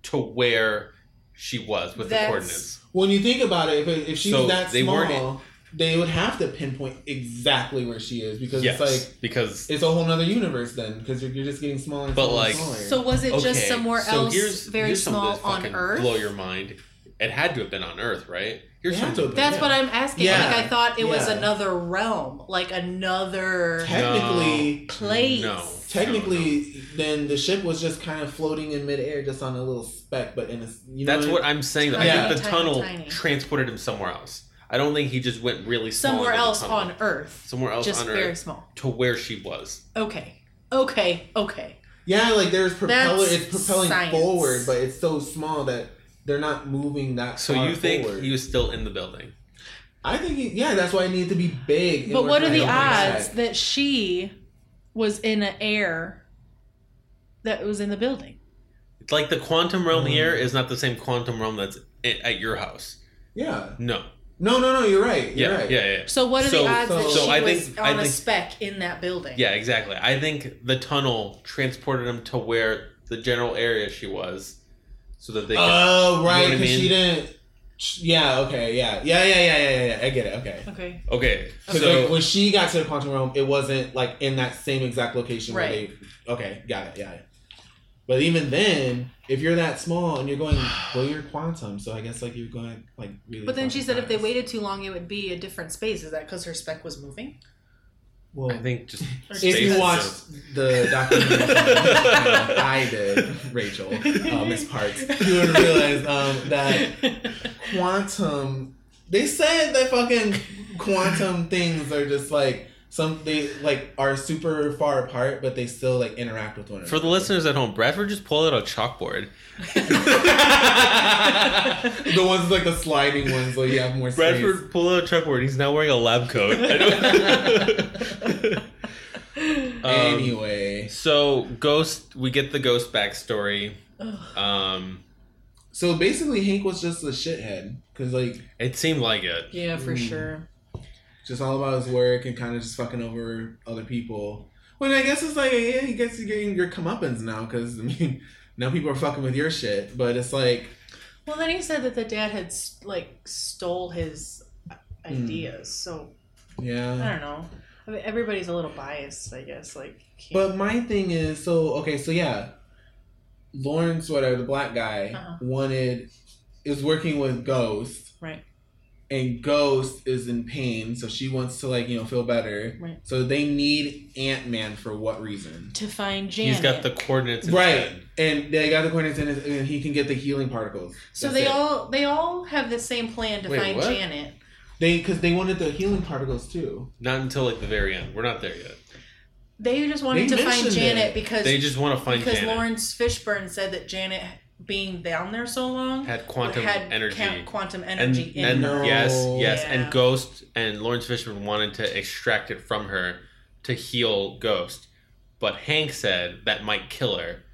to where she was with
That's-
the coordinates.
When you think about it, if, if she
So
was that
they
small,
weren't-
they would have to pinpoint exactly where she is because
Yes,
it's like
because
it's a whole nother universe then because you're, you're just getting smaller and
But,
smaller
like-
and smaller.
so was it just
okay,
somewhere
so
else,
here's-
very
here's something
small
that's
on
fucking
Earth?
Blow your mind. It had to have been on Earth, right? Here's
It had
something-
to have
That's what I'm asking.
Yeah.
Like I thought it was
Yeah.
another realm, like another
technically,
place.
No.
technically, then the ship was just kind of floating in midair, just on a little speck. But in a, you know
That's what I'm saying. though. I
Tiny,
think the
tiny,
tunnel
tiny.
transported him somewhere else. I don't think he just went really small
somewhere
into the
else
tunnel.
on Earth,
somewhere else
just
on
very
Earth
small.
to where she was.
Okay, okay, okay.
Yeah, like there's propeller.
That's
It's propelling
science.
forward, but it's so small that they're not moving that.
So
far
you think
forward.
he was still in the building?
I think he, yeah, that's why it needed to be big. in
But
order
what
for
are the
him to come
odds
back.
that she was in an air that was in the building?
It's like the quantum realm
Mm.
here is not the same quantum realm that's i at your house.
Yeah.
No.
No, no, no. You're right. You're
Yeah.
right.
Yeah. Yeah.
So what are
So-
the odds that
so
she
I
was
think- I
on a
think-
speck in that building?
Yeah. Exactly. I think the tunnel transported him to where the general area she was, so that they. Could,
Oh,
what
right.
I
Because
mean?
she didn't. sh- Yeah. Okay. Yeah. Yeah. Yeah. Yeah. Yeah. Yeah. yeah. I get it. Okay.
Okay.
okay.
'Cause, like,
So
when she got to the quantum realm, it wasn't like in that same exact location
Right.
where they. Okay. Got it. Yeah. But even then, if you're that small and you're going, well, you're quantum, so I guess like you're going like really.
But then she
fucking
said if they
fast.
waited too long, it would be a different space. Is that because her speck was moving?
well,
I think just
Or
If
Space
you
is
watched the documentary I did, Rachel, uh, Miss Parks, you would realize um, that quantum. They said that fucking quantum things are just like some they like are super far apart, but they still like interact with one another.
for the listeners at home, Bradford just pulled out a chalkboard.
the ones like the sliding ones, like you have more space.
Bradford pulled out a chalkboard. He's now wearing a lab coat. I don't- Um,
anyway,
So ghost, we get the ghost backstory.
Ugh.
Um,
so basically Hank was just a shithead because like
it seemed like it.
yeah, for
Mm.
sure.
just all about his work and kind of just fucking over other people. When I guess it's like, yeah, he gets you getting your comeuppance now because I mean, now people are fucking with your shit. But it's like,
Well, then he said that the dad had s- like stole his
Hmm.
Mm.
ideas. So I
yeah.
don't know. I mean, everybody's a little biased, I guess. Like, can't-
But my thing is, so okay, so yeah, Lawrence, whatever the black guy
Uh-huh.
wanted, is working with Ghost,
right,
and Ghost is in pain, so she wants to like you know feel better.
Right.
So they need Ant Man for what reason?
to find Janet.
He's got the coordinates.
Right,
instead.
and they got the coordinates, in his- and he can get the healing particles.
So
That's
they
it.
all they all have the same plan to
Wait,
find
what?
Janet.
They because they wanted the healing particles too.
Not until like the very end. We're not there yet.
They just wanted
They
to find
mentioned
Janet
it.
because
They just want to find
because
Janet.
Lawrence Fishburne said that Janet being down there so long
had quantum
had
energy.
ca- quantum
and,
energy in
and
her.
No.
yes, yes,
Yeah.
and Ghost and Lawrence Fishburne wanted to extract it from her to heal Ghost, but Hank said that might kill her.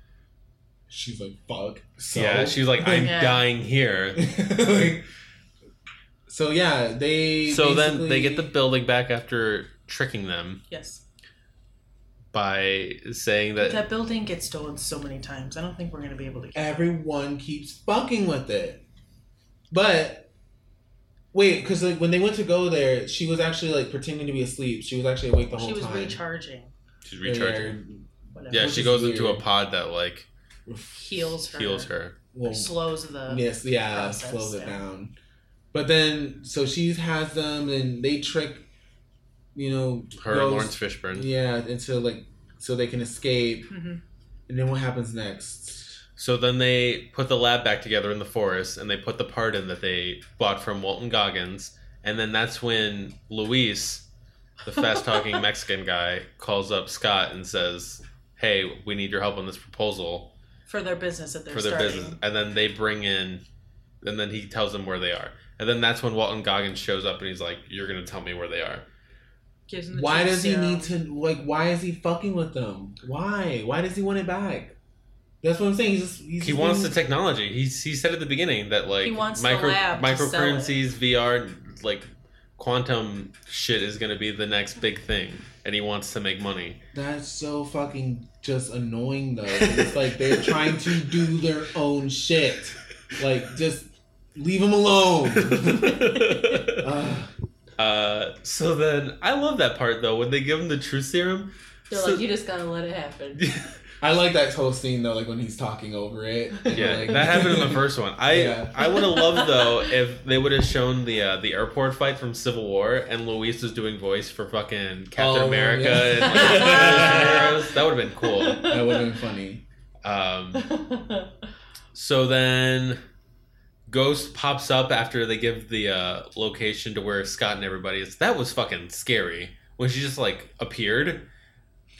She's like, fuck. So,
Yeah, she's like, I'm
Yeah.
dying here.
like, so yeah, they.
So then they get the
basically-
building back after tricking them
Yes.
by saying that.
that building gets stolen so many times. I don't think we're gonna be able to get.
Everyone keeps fucking with it, but wait, because like when they went to go there, she was actually like pretending to be asleep. She was actually awake the whole
She was
time.
recharging.
she's
They're
recharging.
Whatever.
Yeah,
Which
she
is
goes into
weird.
a pod that like
Heals her.
heals her.
Well,
Slows the.
Yes, yeah,
process,
slows it
yeah.
down. But then, so she has them, and they trick, you know,
Her and
girls-
Lawrence Fishburne.
yeah, into like so they can escape.
Mhm.
And then what happens next?
So then they put the lab back together in the forest, and they put the part in that they bought from Walton Goggins, and then that's when Luis, the fast-talking Mexican guy, calls up Scott and says, "Hey, we need your help on this proposal
For their business that they're
for their
starting.
business," and then they bring in, and then he tells them where they are, and then that's when Walton Goggins shows up and he's like, "You're gonna tell me where they are."
Gives them the
Why
truth
does he
serum.
need to like? Why is he fucking with them? Why? Why does he want it back? That's what I'm saying. He's just, he's
He
just
wants the
being-
technology. He he said at the beginning that like
He wants the
micro
lab to sell it.
microcurrencies, VR, like quantum shit is going to be the next big thing, and he wants to make money.
That's so fucking just annoying though. It's like they're trying to do their own shit. Like just leave them alone. Ugh.
uh, so then I love that part though when they give him the truth serum.
They're
So-
like, you just gotta let it happen.
I like that whole scene though, like when he's talking over it. and,
yeah,
like-
that happened in the first one. I
Yeah.
I would have loved though if they would have shown the uh, the airport fight from Civil War and Luis was doing voice for fucking Captain
Oh,
America.
yeah.
And, like, superheroes. that would have been cool.
That would have been funny.
Um, so then Ghost pops up after they give the uh, location to where Scott and everybody is. That was fucking scary when she just like appeared.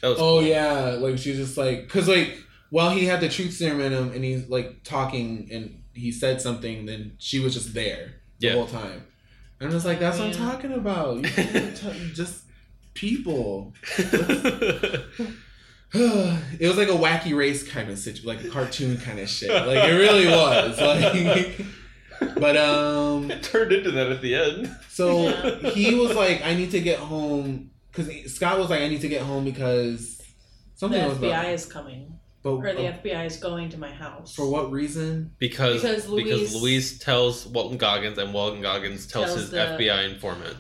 That was
Oh yeah, like she was just like, cause like while he had the truth serum in him and he's like talking and he said something, then she was just there the
Yeah.
whole time. And I'm just like, that's what I'm
Yeah.
talking about. You can't t- just people. it was like a wacky race kind of situation, like a cartoon kind of shit. Like it really was. Like, but um,
it turned into that at the end.
so
Yeah.
he was like, I need to get home because Scott was like, I need to get home because
the
something was about-
FBI is coming,
but um,
or the FBI is going to my house.
for what reason?
Because because
Because
Luis,
Luis-
tells Walton Goggins and Walton Goggins tells,
Tells
his
the-
FBI informant.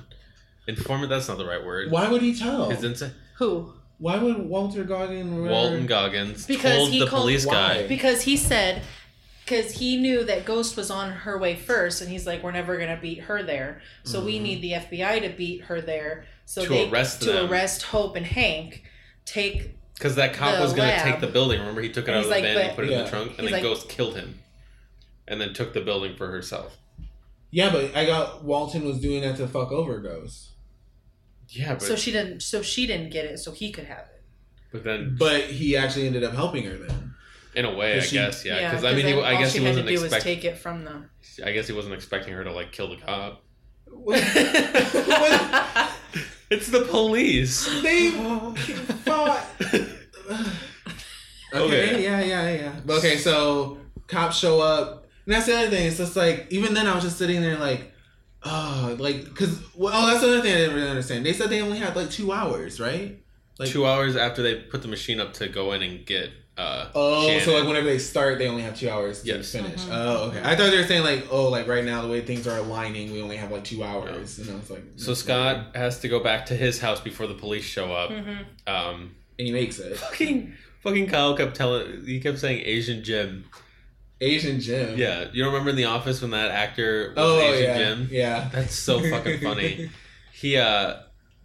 Informant, that's not the right word.
Why would he tell?
His insa-
Who?
Why would Walter Goggin?
Walton Goggins
Because
told
he
the
called-
police guy.
Why?
Because he said, because he knew that Ghost was on her way first, and he's like, "We're never gonna beat her there, so we
Mhm.
need the FBI to beat her there, so
To
they
arrest
to
them.
arrest Hope and Hank, take
Because that cop
the
was going to
lab.
take the building. Remember, he took it
And
out of the
he's like,
van and
but-
put it in the
Yeah.
trunk, and
He's
then
like-
Ghost killed him, and then took the building for herself.
Yeah, but I got Walton was doing that to fuck over Ghost.
Yeah, but
so she didn't, so she didn't get it, so he could have it.
but then
But he actually ended up helping her then.
in a way, I
'Cause she-
guess, yeah. Because I mean,
then
he, I
all
guess
she
he
had
wasn't
to do was
expecting.
take it from them.
I guess he wasn't expecting her to like kill the cop. It's the police.
They fought. okay,
Okay.
yeah, yeah, yeah. But okay, so cops show up, and that's the other thing. It's just like even then, I was just sitting there like, oh, like because well, oh, that's another thing I didn't really understand. They said they only had like two hours, right? Like
Two hours after they put the machine up to go in and get. Uh,
Oh, so
Shannon.
like whenever they start, they only have two hours to
Yes.
finish.
Mhm.
Oh, okay. I thought they were saying like, oh, like right now the way things are aligning, we only have like two hours, and I was like,
So Scott has to go back to his house before the police show up.
Mm-hmm. Hmm.
Um,
and he makes it.
fucking, fucking Kyle kept telling. He kept saying Asian Jim.
Asian Jim.
Yeah, you don't remember in the office when that actor was
Oh
Asian
yeah.
Jim?
Yeah.
That's so fucking funny. He uh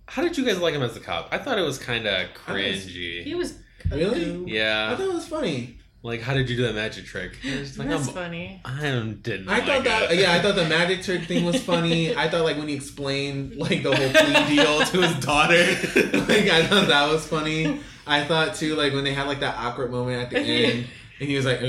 how did you guys like him as the cop? I thought it was kinda cringy.
He was
Really? I
yeah.
thought it was funny.
Like how did you do that magic trick? I was just like,
That's
I'm,
funny.
I didn't
I thought
like
that
it.
yeah, I thought the magic trick thing was funny. I thought like when he explained like the whole plea deal to his daughter, like I thought that was funny. I thought too like when they had like that awkward moment at the end, and he was like,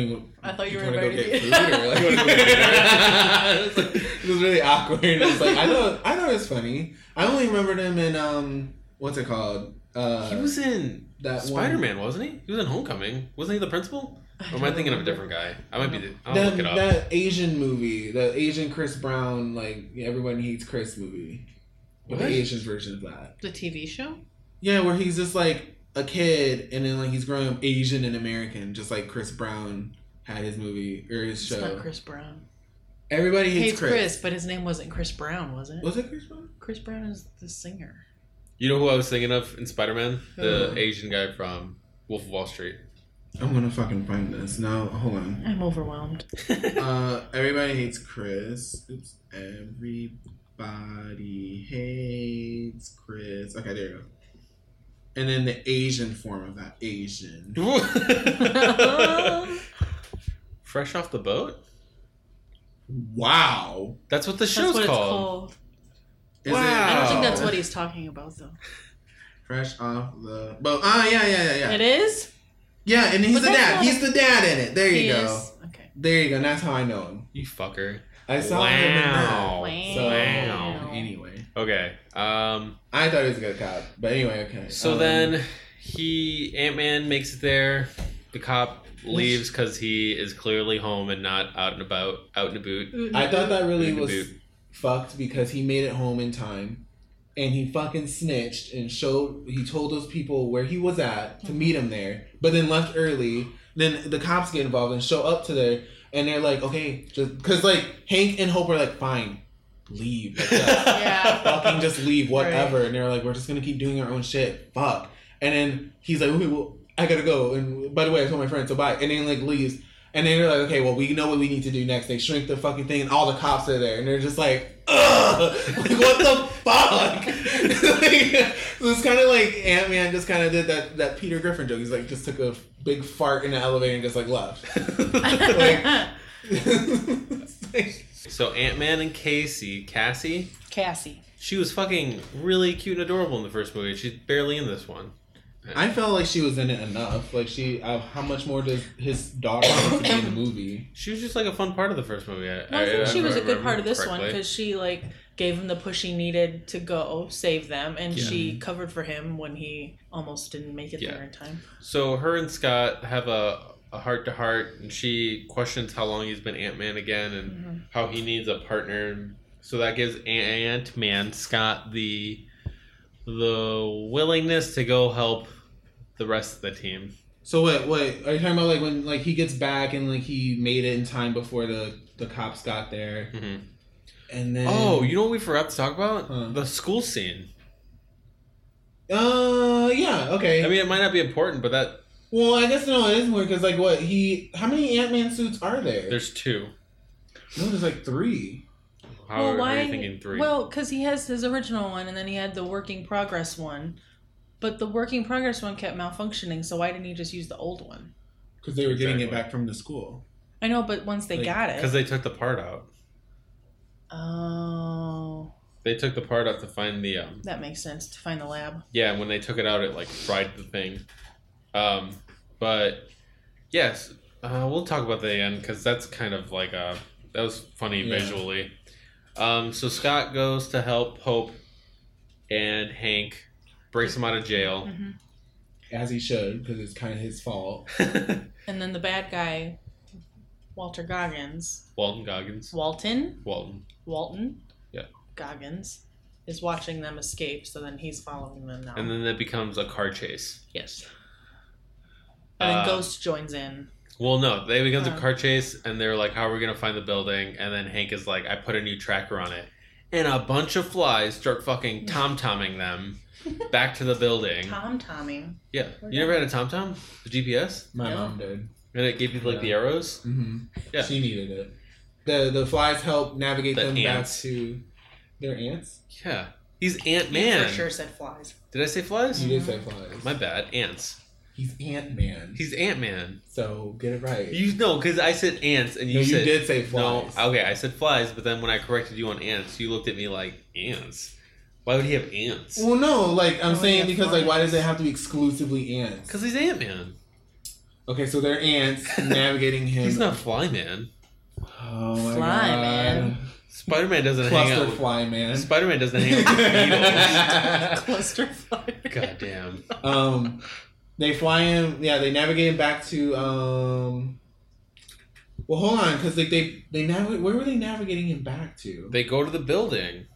I thought you were
want to go
invited
get
to-
food or like,
You wanna go get
it was really awkward. It was like I thought I thought it was funny. I only remembered him in um what's it called? Uh,
he was in
that
Spider Man, wasn't he? He was in Homecoming. Wasn't he the principal? Or am I thinking of a different guy? I might be. The, I'll
One, that,
look it up.
that Asian movie, the Asian Chris Brown, like everyone hates Chris movie,
What?
the Asian version of that.
The TV show?
Yeah, where he's just like a kid, and then like he's growing up Asian and American, just like Chris Brown had his movie or his
It's
show.
not Chris Brown.
Everybody
Hates,
hates,
Chris.
Chris.
but his name wasn't Chris Brown, was it?
Was it Chris Brown?
Chris Brown is the singer.
You know who I was thinking of in Spider Man? The
Uh-huh.
Who?
Asian guy from Wolf of Wall Street.
I'm gonna fucking find this. No, hold on.
I'm overwhelmed.
Uh, everybody hates Chris. Oops. Everybody hates Chris. Okay, there you go. And then the Asian form of that Asian.
Fresh off the boat?
Wow.
That's what the show's
that's what it's
called.
called.
Is
Wow.
I don't think
Oh.
that's what he's talking about, though.
Fresh off the boat. Ah, yeah, yeah, yeah, yeah.
It is?
Yeah, and he's
But
the
that's
dad.
not
He's the dad in it. There you
he
go.
is. Okay.
There you go. And that's how I know him.
You fucker.
I saw him in that.
Wow.
So
Wow.
anyway,
Okay. Um.
I thought he was a good cop, but anyway, okay.
So
Um,
then he Ant Man makes it there. The cop leaves because he is clearly home and not out and about, out and a boot.
I thought that really
Need to
was
boot.
fucked because he made it home in time, and he fucking snitched and showed. He told those people where he was at to meet him there, but then left early. Then the cops get involved and show up to there, and they're like, okay, just because like Hank and Hope are like, fine, leave. Like, yeah, fucking just leave, whatever. And they're like, we're just gonna keep doing our own shit. Fuck. And then he's like, okay, well, I gotta go. And by the way, I told my friend, so bye. And then like leaves. And then they're like, okay, well, we know what we need to do next. They shrink the fucking thing, and all the cops are there, and they're just like, ugh, like what the fuck? like, so it's kind of like Ant Man just kind of did that that Peter Griffin joke. He's like, just took a big fart in the elevator and just like left. Like- It's like-
so Ant Man and Casey, Cassie,
Cassie.
she was fucking really cute and adorable in the first movie. She's barely in this one.
I felt like she was in it enough. Like she, uh, how much more does his daughter have to be in the movie?
She was just like a fun part of the first movie. I,
I think she was a good
remember
part of this one
correctly.
because she like gave him the push he needed to go save them, and
Yeah.
she covered for him when he almost didn't make it
Yeah.
there in time.
So her and Scott have a a heart to heart, and she questions how long he's been Ant Man again, and
Mm-hmm.
how he needs a partner. So that gives Ant Man Scott the the willingness to go help the rest of the team.
So what? What are you talking about? Like when like he gets back and like he made it in time before the the cops got there,
Mhm.
and then
Oh, you know what we forgot to talk about?
Huh.
The school scene.
uh yeah okay.
I mean, it might not be important, but that
well, I guess no, it is more because like what he? How many Ant Man suits are there?
there's two.
no, there's like three.
How are- are you thinking three?
Well, because he has his original one, and then he had the working progress one, but the working progress one kept malfunctioning. So why didn't he just use the old one?
Because they were getting it
Exactly.
back from the school.
I know, but once they
Like,
got
because
it,
they took the part out.
oh,
They took the part out to find the um,
that makes sense to find the lab.
Yeah, and when they took it out, it like fried the thing. Um, but yes, uh, we'll talk about the end because that's kind of like a that was funny
Yeah.
visually. Um, so Scott goes to help Hope and Hank breaks him out of jail.
hmm
As he should, because it's kind of his fault.
And then the bad guy, Walter Goggins,
Walton Goggins,
Walton.
Walton.
Walton.
Yeah.
Goggins is watching them escape, so then he's following them now.
And then that becomes a car chase.
yes. And then
Uh,
Ghost joins in.
Well, no, they becomes a
Huh.
car chase, and they're like, "How are we gonna find the building?" And then Hank is like, "I put a new tracker on it," and a bunch of flies start fucking tom tomming them back to the building.
Tom Tomming.
Yeah, you never had a tom tom, the GPS,
My
Yeah.
mom did.
and it gave you like the
Yeah.
arrows.
Mm-hmm.
Yeah.
She needed it. The the flies help navigate
The
them
ants.
back to their ants.
Yeah, he's Ant
Man.
Man.
For sure said flies.
Did I say flies?
You did say flies.
My bad, ants.
He's Ant Man.
He's Ant Man.
So get it right.
You know, because I said ants, and you
no, you
said
did say
no.
flies.
Okay, I said flies, but then when I corrected you on ants, you looked at me like ants. Why would he have ants?
Well, no, like
Oh,
I'm saying
yeah,
because like why
flies.
does it have to be exclusively ants?
Because he's Ant Man.
Okay, so they're ants navigating him.
He's not Fly Man.
Oh my
Fly,
god.
man.
Spider Man doesn't hang out.
Cluster
With,
fly man.
Spider Man doesn't hang out with beetles.
Clusterfuck.
God damn.
um, they fly him. Yeah, they navigate him back to. Um, well, hold on, because like they they navigate. Where were they navigating him back to?
They go to the building.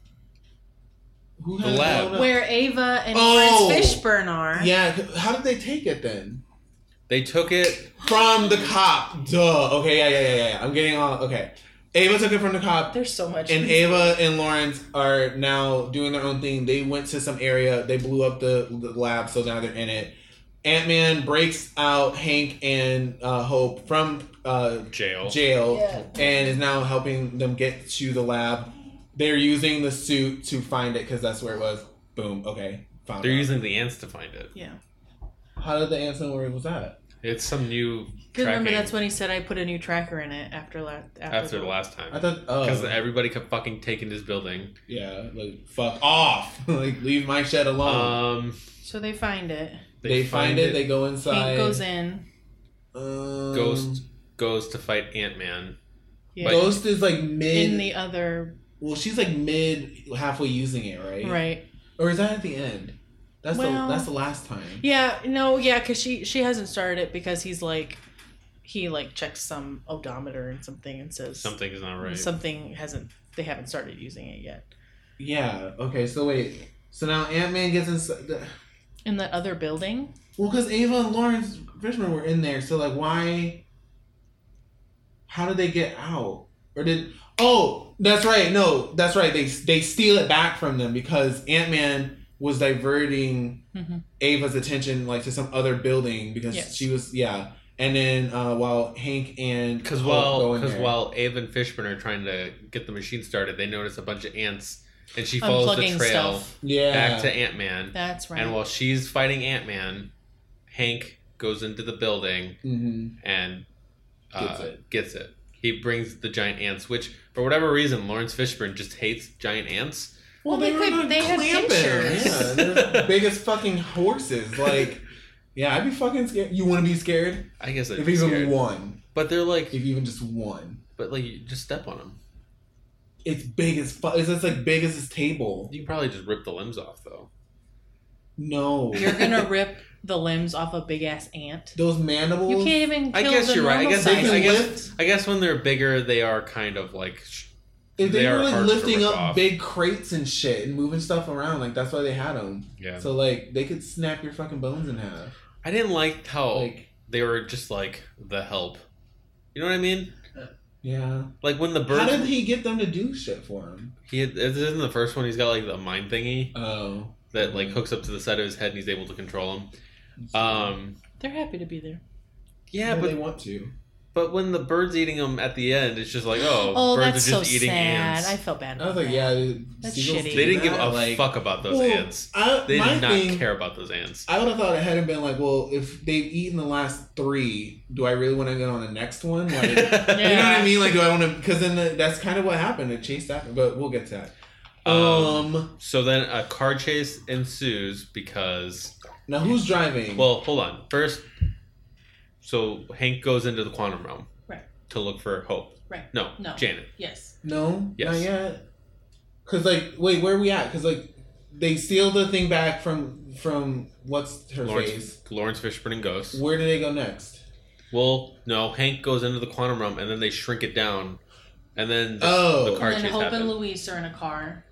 Who
the
had-
lab.
oh, no.
Where Ava and
Oh!
Franz Fishburne are.
Yeah, how did they take it then?
They took it.
From the cop. Duh. Okay. Yeah. Yeah. Yeah. Yeah. I'm getting all okay. Ava took it from the cop.
There's so much.
And Ava and Lawrence are now doing their own thing. They went to some area. They blew up the, the lab, so now they're in it. Ant Man breaks out Hank and uh, Hope from uh,
Jail.
jail
Yeah.
and is now helping them get to the lab. They're using the suit to find it because that's where it was. Boom. Okay. Found
They're
it.
using the ants to find it.
yeah.
How did the ants know where it was at?
It's some new
Because
tracking
remember, that's when he said I put a new tracker in it after la- after,
after the last time.
I thought. Oh.
Because everybody kept fucking taking this building.
Yeah, like fuck off. like leave my shed alone.
Um,
So they find it.
Oh. Uh, they, find, it, They go inside.
Hank goes in.
Um,
Ghost goes to fight Ant Man.
Yeah.
Like-
Ghost is like mid.
in the other
well, she's like mid halfway using it, right?
right.
Or is that at the end? That's
Well-
the that's the last time.
Yeah. No. Yeah. Because she she hasn't started it because he's like he like checks some odometer and something and says
Something's not right.
something hasn't they haven't started using it yet
Yeah. Okay. So wait. So now Ant Man gets inside. The,
in the other building.
well, because Ava and Lawrence Fishman were in there, so like why? How did they get out? Or did? Oh, that's right. No, that's right. They they steal it back from them because Ant Man was diverting
Mhm.
Ava's attention like to some other building because
Yes.
she was yeah. And then uh, while Hank and
Because
Hope
while
go in
because
there-
while Ava and Fishburne are trying to get the machine started, they notice a bunch of ants, and she follows the
Unplugging
trail
stuff.
yeah
back to Ant Man.
That's right.
And while she's fighting Ant Man, Hank goes into the building
Mhm.
and uh,
Gets
gets,
it.
it. He brings the giant ants, which for whatever reason Lawrence Fishburne just hates giant ants.
Well, they
were
could-
like
they had
clamping.
pictures.
Yeah, they're big as fucking horses. Like yeah, I'd be fucking scared. You want to be scared
I guess I'd
if
be
even
scared.
one,
But they're like,
if even just one.
but like, you just step on them.
It's big as fuck. It's as like big as this table.
You can probably just rip the limbs off though.
No,
You're gonna rip the limbs off a big ass ant.
those mandibles.
You can't even. Kill
I guess
the
you're right. I
normal
guess
They
I,
can
size.
I guess
lift.
I guess when they're bigger, they are kind of like sh-
If they,
they
were
are
like
harder to
lifting
rip
up
off.
big crates and shit and moving stuff around, like that's why they had them.
yeah.
So like they could snap your fucking bones in half.
I didn't like how
Like
they were just like the help. You know what I mean?
yeah.
Like when the
How
bird
did he get them to do shit for him?
he had, this isn't the first one. He's got like the mind thingy
Oh.
that like hooks up to the side of his head and he's able to control him. Um,
They're happy to be there.
yeah,
they
but
want to.
but when the bird's eating him at the end, it's just like oh,
Oh,
birds
that's
are
so
just eating
sad.
ants.
I felt bad.
I was
about
like,
that.
yeah, the
That's
seagulls
shitty.
do
they didn't give a
that, like-
fuck about those
Well,
ants.
I,
They
my
did not
thing,
care about those ants.
I would have thought it hadn't been like, well, if they've eaten the last three, do I really want to get on the next one? Like, You know what I mean? Like, do I want to? Because then the, that's kind of what happened. It chased after, but we'll get to that. Um,
Um, So then a car chase ensues because
now who's driving?
well, hold on. First so Hank goes into the quantum realm.
Right.
To look for hope.
Right.
No.
No.
Janet.
Yes.
No,
Yes.
not yet. Cause like, wait, where are we at? Cause like, they steal the thing back from from what's her
Lawrence
face.
Lawrence Fishburne and Ghost.
Where do they go next?
Well, no, Hank goes into the quantum realm and then they shrink it down. And then the,
Oh.
the car
and
chase
then Hope and
happens.
Luis are in a car.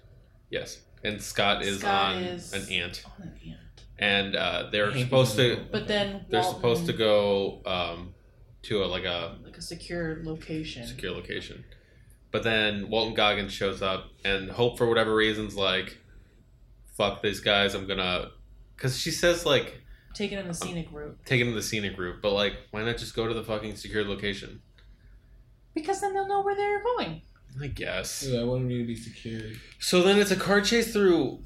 Yes. And Scott is
Scott
on
is-
an ant.
Oh, an ant.
And uh, they're
Hank
supposed
is in the
to
middle.
But then
they're
Walton-
supposed to go um, to a like a
like a secure location.
secure location. But then Walton Goggins shows up, and Hope, for whatever reasons, like, fuck these guys, I'm gonna. Because she says, like,
Take it on a scenic route
take him to the scenic route, but, like, why not just go to the fucking secure location?
because then they'll know where they're going.
I guess.
Yeah, I wanted you to be secured.
So then it's a car chase through,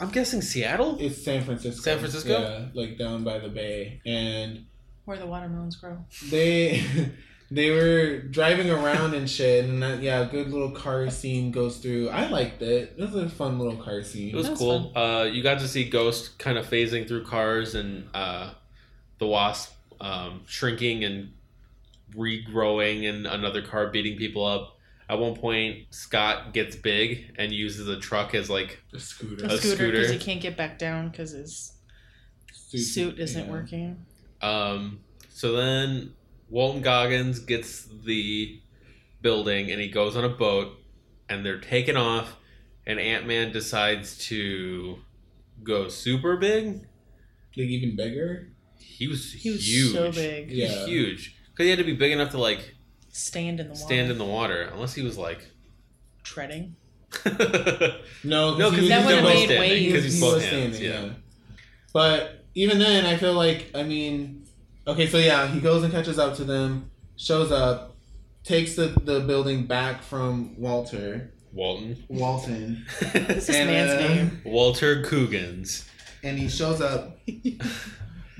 I'm guessing Seattle?
It's San Francisco.
San Francisco?
Yeah, like down by the bay, and
Where the watermelons grow.
they they were driving around and shit, and that, yeah, a good little car scene goes through. I liked it. It was a fun little car
It
scene.
was
That was
cool. Uh, you got to see Ghost kind of phasing through cars and uh, the Wasp um, shrinking and regrowing, and another car beating people up. At one point, Scott gets big and uses a truck as like
A scooter.
A,
A
scooter because
scooter.
he can't get back down because his suit isn't
yeah.
working.
Um, so then Walton Goggins gets the building and he goes on a boat and they're taken off and Ant Man decides to go super big.
Like even bigger.
He was
He was
huge.
so big.
He was
Yeah.
Huge. Because he had to be big enough to like
Stand in the water.
stand in the water, unless he was like
treading.
No, 'cause
No, he was
he's
That
double
would've made
standing.
standing,
waves.
Because he's
He
both
was
hands,
standing, yeah. But even then, I feel like I mean, okay, so yeah, he goes and catches up to them, shows up, takes the, the building back from Walter
Walton.
Walton.
This is man's
uh,
name.
Walter Coogans.
and he shows up.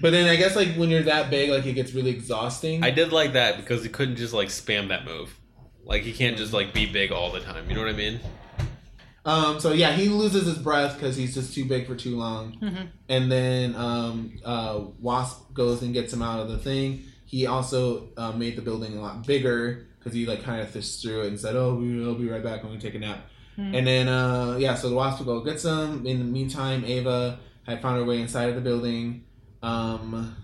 but then I guess like when you're that big, like it gets really exhausting.
I did like that because he couldn't just like spam that move. Like he can't just like be big all the time. You know what I mean?
um, so yeah, he loses his breath because he's just too big for too long.
Mhm.
And then um, uh, Wasp goes and gets him out of the thing. He also uh, made the building a lot bigger because he like kind of fished through it and said, "Oh, we- we'll be right back when we take a nap."
Hmm.
And then uh, yeah, so the Wasp go gets him. In the meantime, Ava had found her way inside of the building. Um,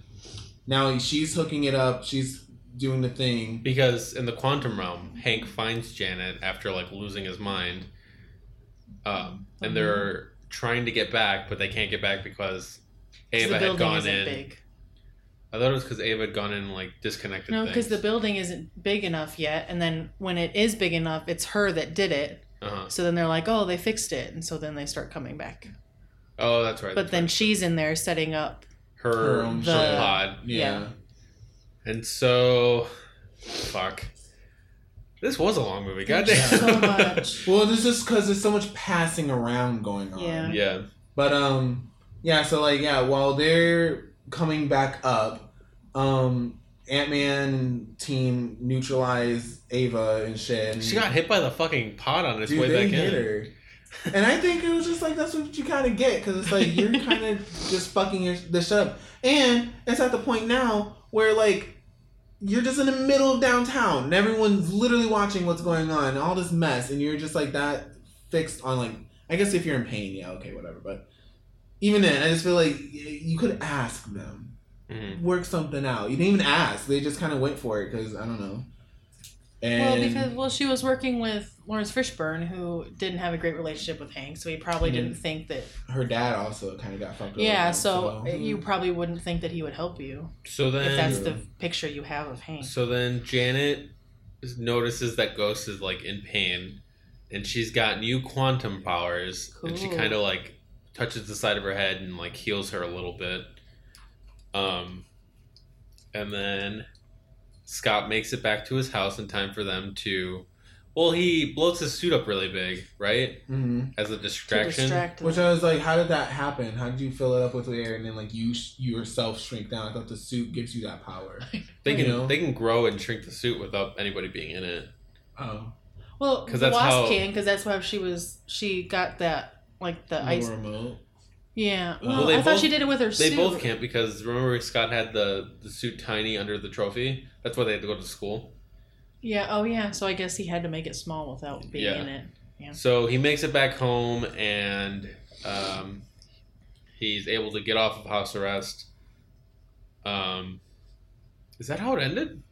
now she's hooking it up. She's doing the thing.
Because in the quantum realm, Hank finds Janet after like losing his mind, um,
Mm-hmm.
and they're trying to get back, but they can't get back because
'Cause
Ava
the
had
building
gone
isn't
in.
big.
I thought it was because Ava had gone in and like disconnected.
No, because
because
the building isn't big enough yet. And then when it is big enough, it's her that did it.
uh
So then they're like, oh, they fixed it. And so then they start coming back.
oh, that's right.
But
that's right.
then she's in there setting up.
her,
Her own
The-
her pod,
Yeah.
Yeah.
and so fuck. This was a long movie. Goddamn.
There's so much.
Well, this is because there's so much passing around going on.
Yeah.
yeah,
But um, yeah. So like, yeah, while they're coming back up, um, Ant Man team neutralize Ava and shit. And
she got hit by the fucking pod on its
Dude,
way
they
back
hit
in.
her. And I think it was just like that's what you kind of get because it's like you're kind of just fucking your, this up, and it's at the point now where like you're just in the middle of downtown and everyone's literally watching what's going on, all this mess, and you're just like that fixed on like I guess if you're in pain, yeah, okay, whatever. But even then, I just feel like y- you could ask them,
Mhm.
work something out. You didn't even ask; they just kind of went for it because I don't know. And
Well, because well, she was working with Lawrence Fishburne, who didn't have a great relationship with Hank, so he probably
Mhm.
Mm-hmm.
didn't think that.
her dad also kind of got fucked up.
yeah, so uh, you probably wouldn't think that he would help you
So then
if that's
Yeah.
the picture you have of Hank.
So then Janet notices that Ghost is like in pain, and she's got new quantum powers, and she
Cool.
kind of like touches the side of her head and like heals her a little bit. Um, and then Scott makes it back to his house in time for them to. Well, he blows his suit up really big, right?
hmm
As a
to
distraction.
distract
Which
them.
I was like, how did that happen? How did you fill it up with air and then like you sh- yourself shrink down? I thought the suit gives you that power.
they can
you know.
they can grow and shrink the suit without anybody being in it.
Oh,
well,
'cause
the
that's
wasp
how-
can, because that's why she was. She got that like the
the
ice.
remote.
Yeah,
Well,
well,
they
I thought
both-
she did it with her
They
suit.
both can't because remember Scott had the, the suit tiny under the trophy. That's why they had to go to school.
Yeah. Oh, yeah. So I guess he had to make it small without being
Yeah.
in it. Yeah.
So he makes it back home and um, he's able to get off of house arrest. Um, is that how it ended?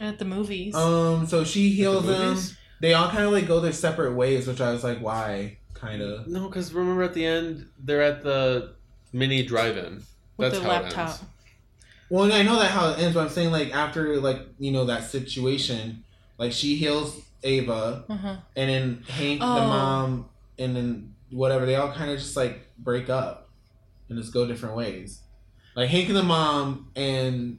At the movies.
Um, so she heals
At the
him.
movies?
They all kind of like go their separate ways, which I was like, why? Kind of.
No, because remember at the end they're at the mini drive-in.
with
That's
the
how it
laptop.
ends.
Well, and I know that how it ends, but I'm saying like after like you know that situation, like she heals Ava,
Uh-huh.
and then Hank,
Oh.
the mom, and then whatever, they all kind of just like break up and just go different ways. Like Hank and the mom and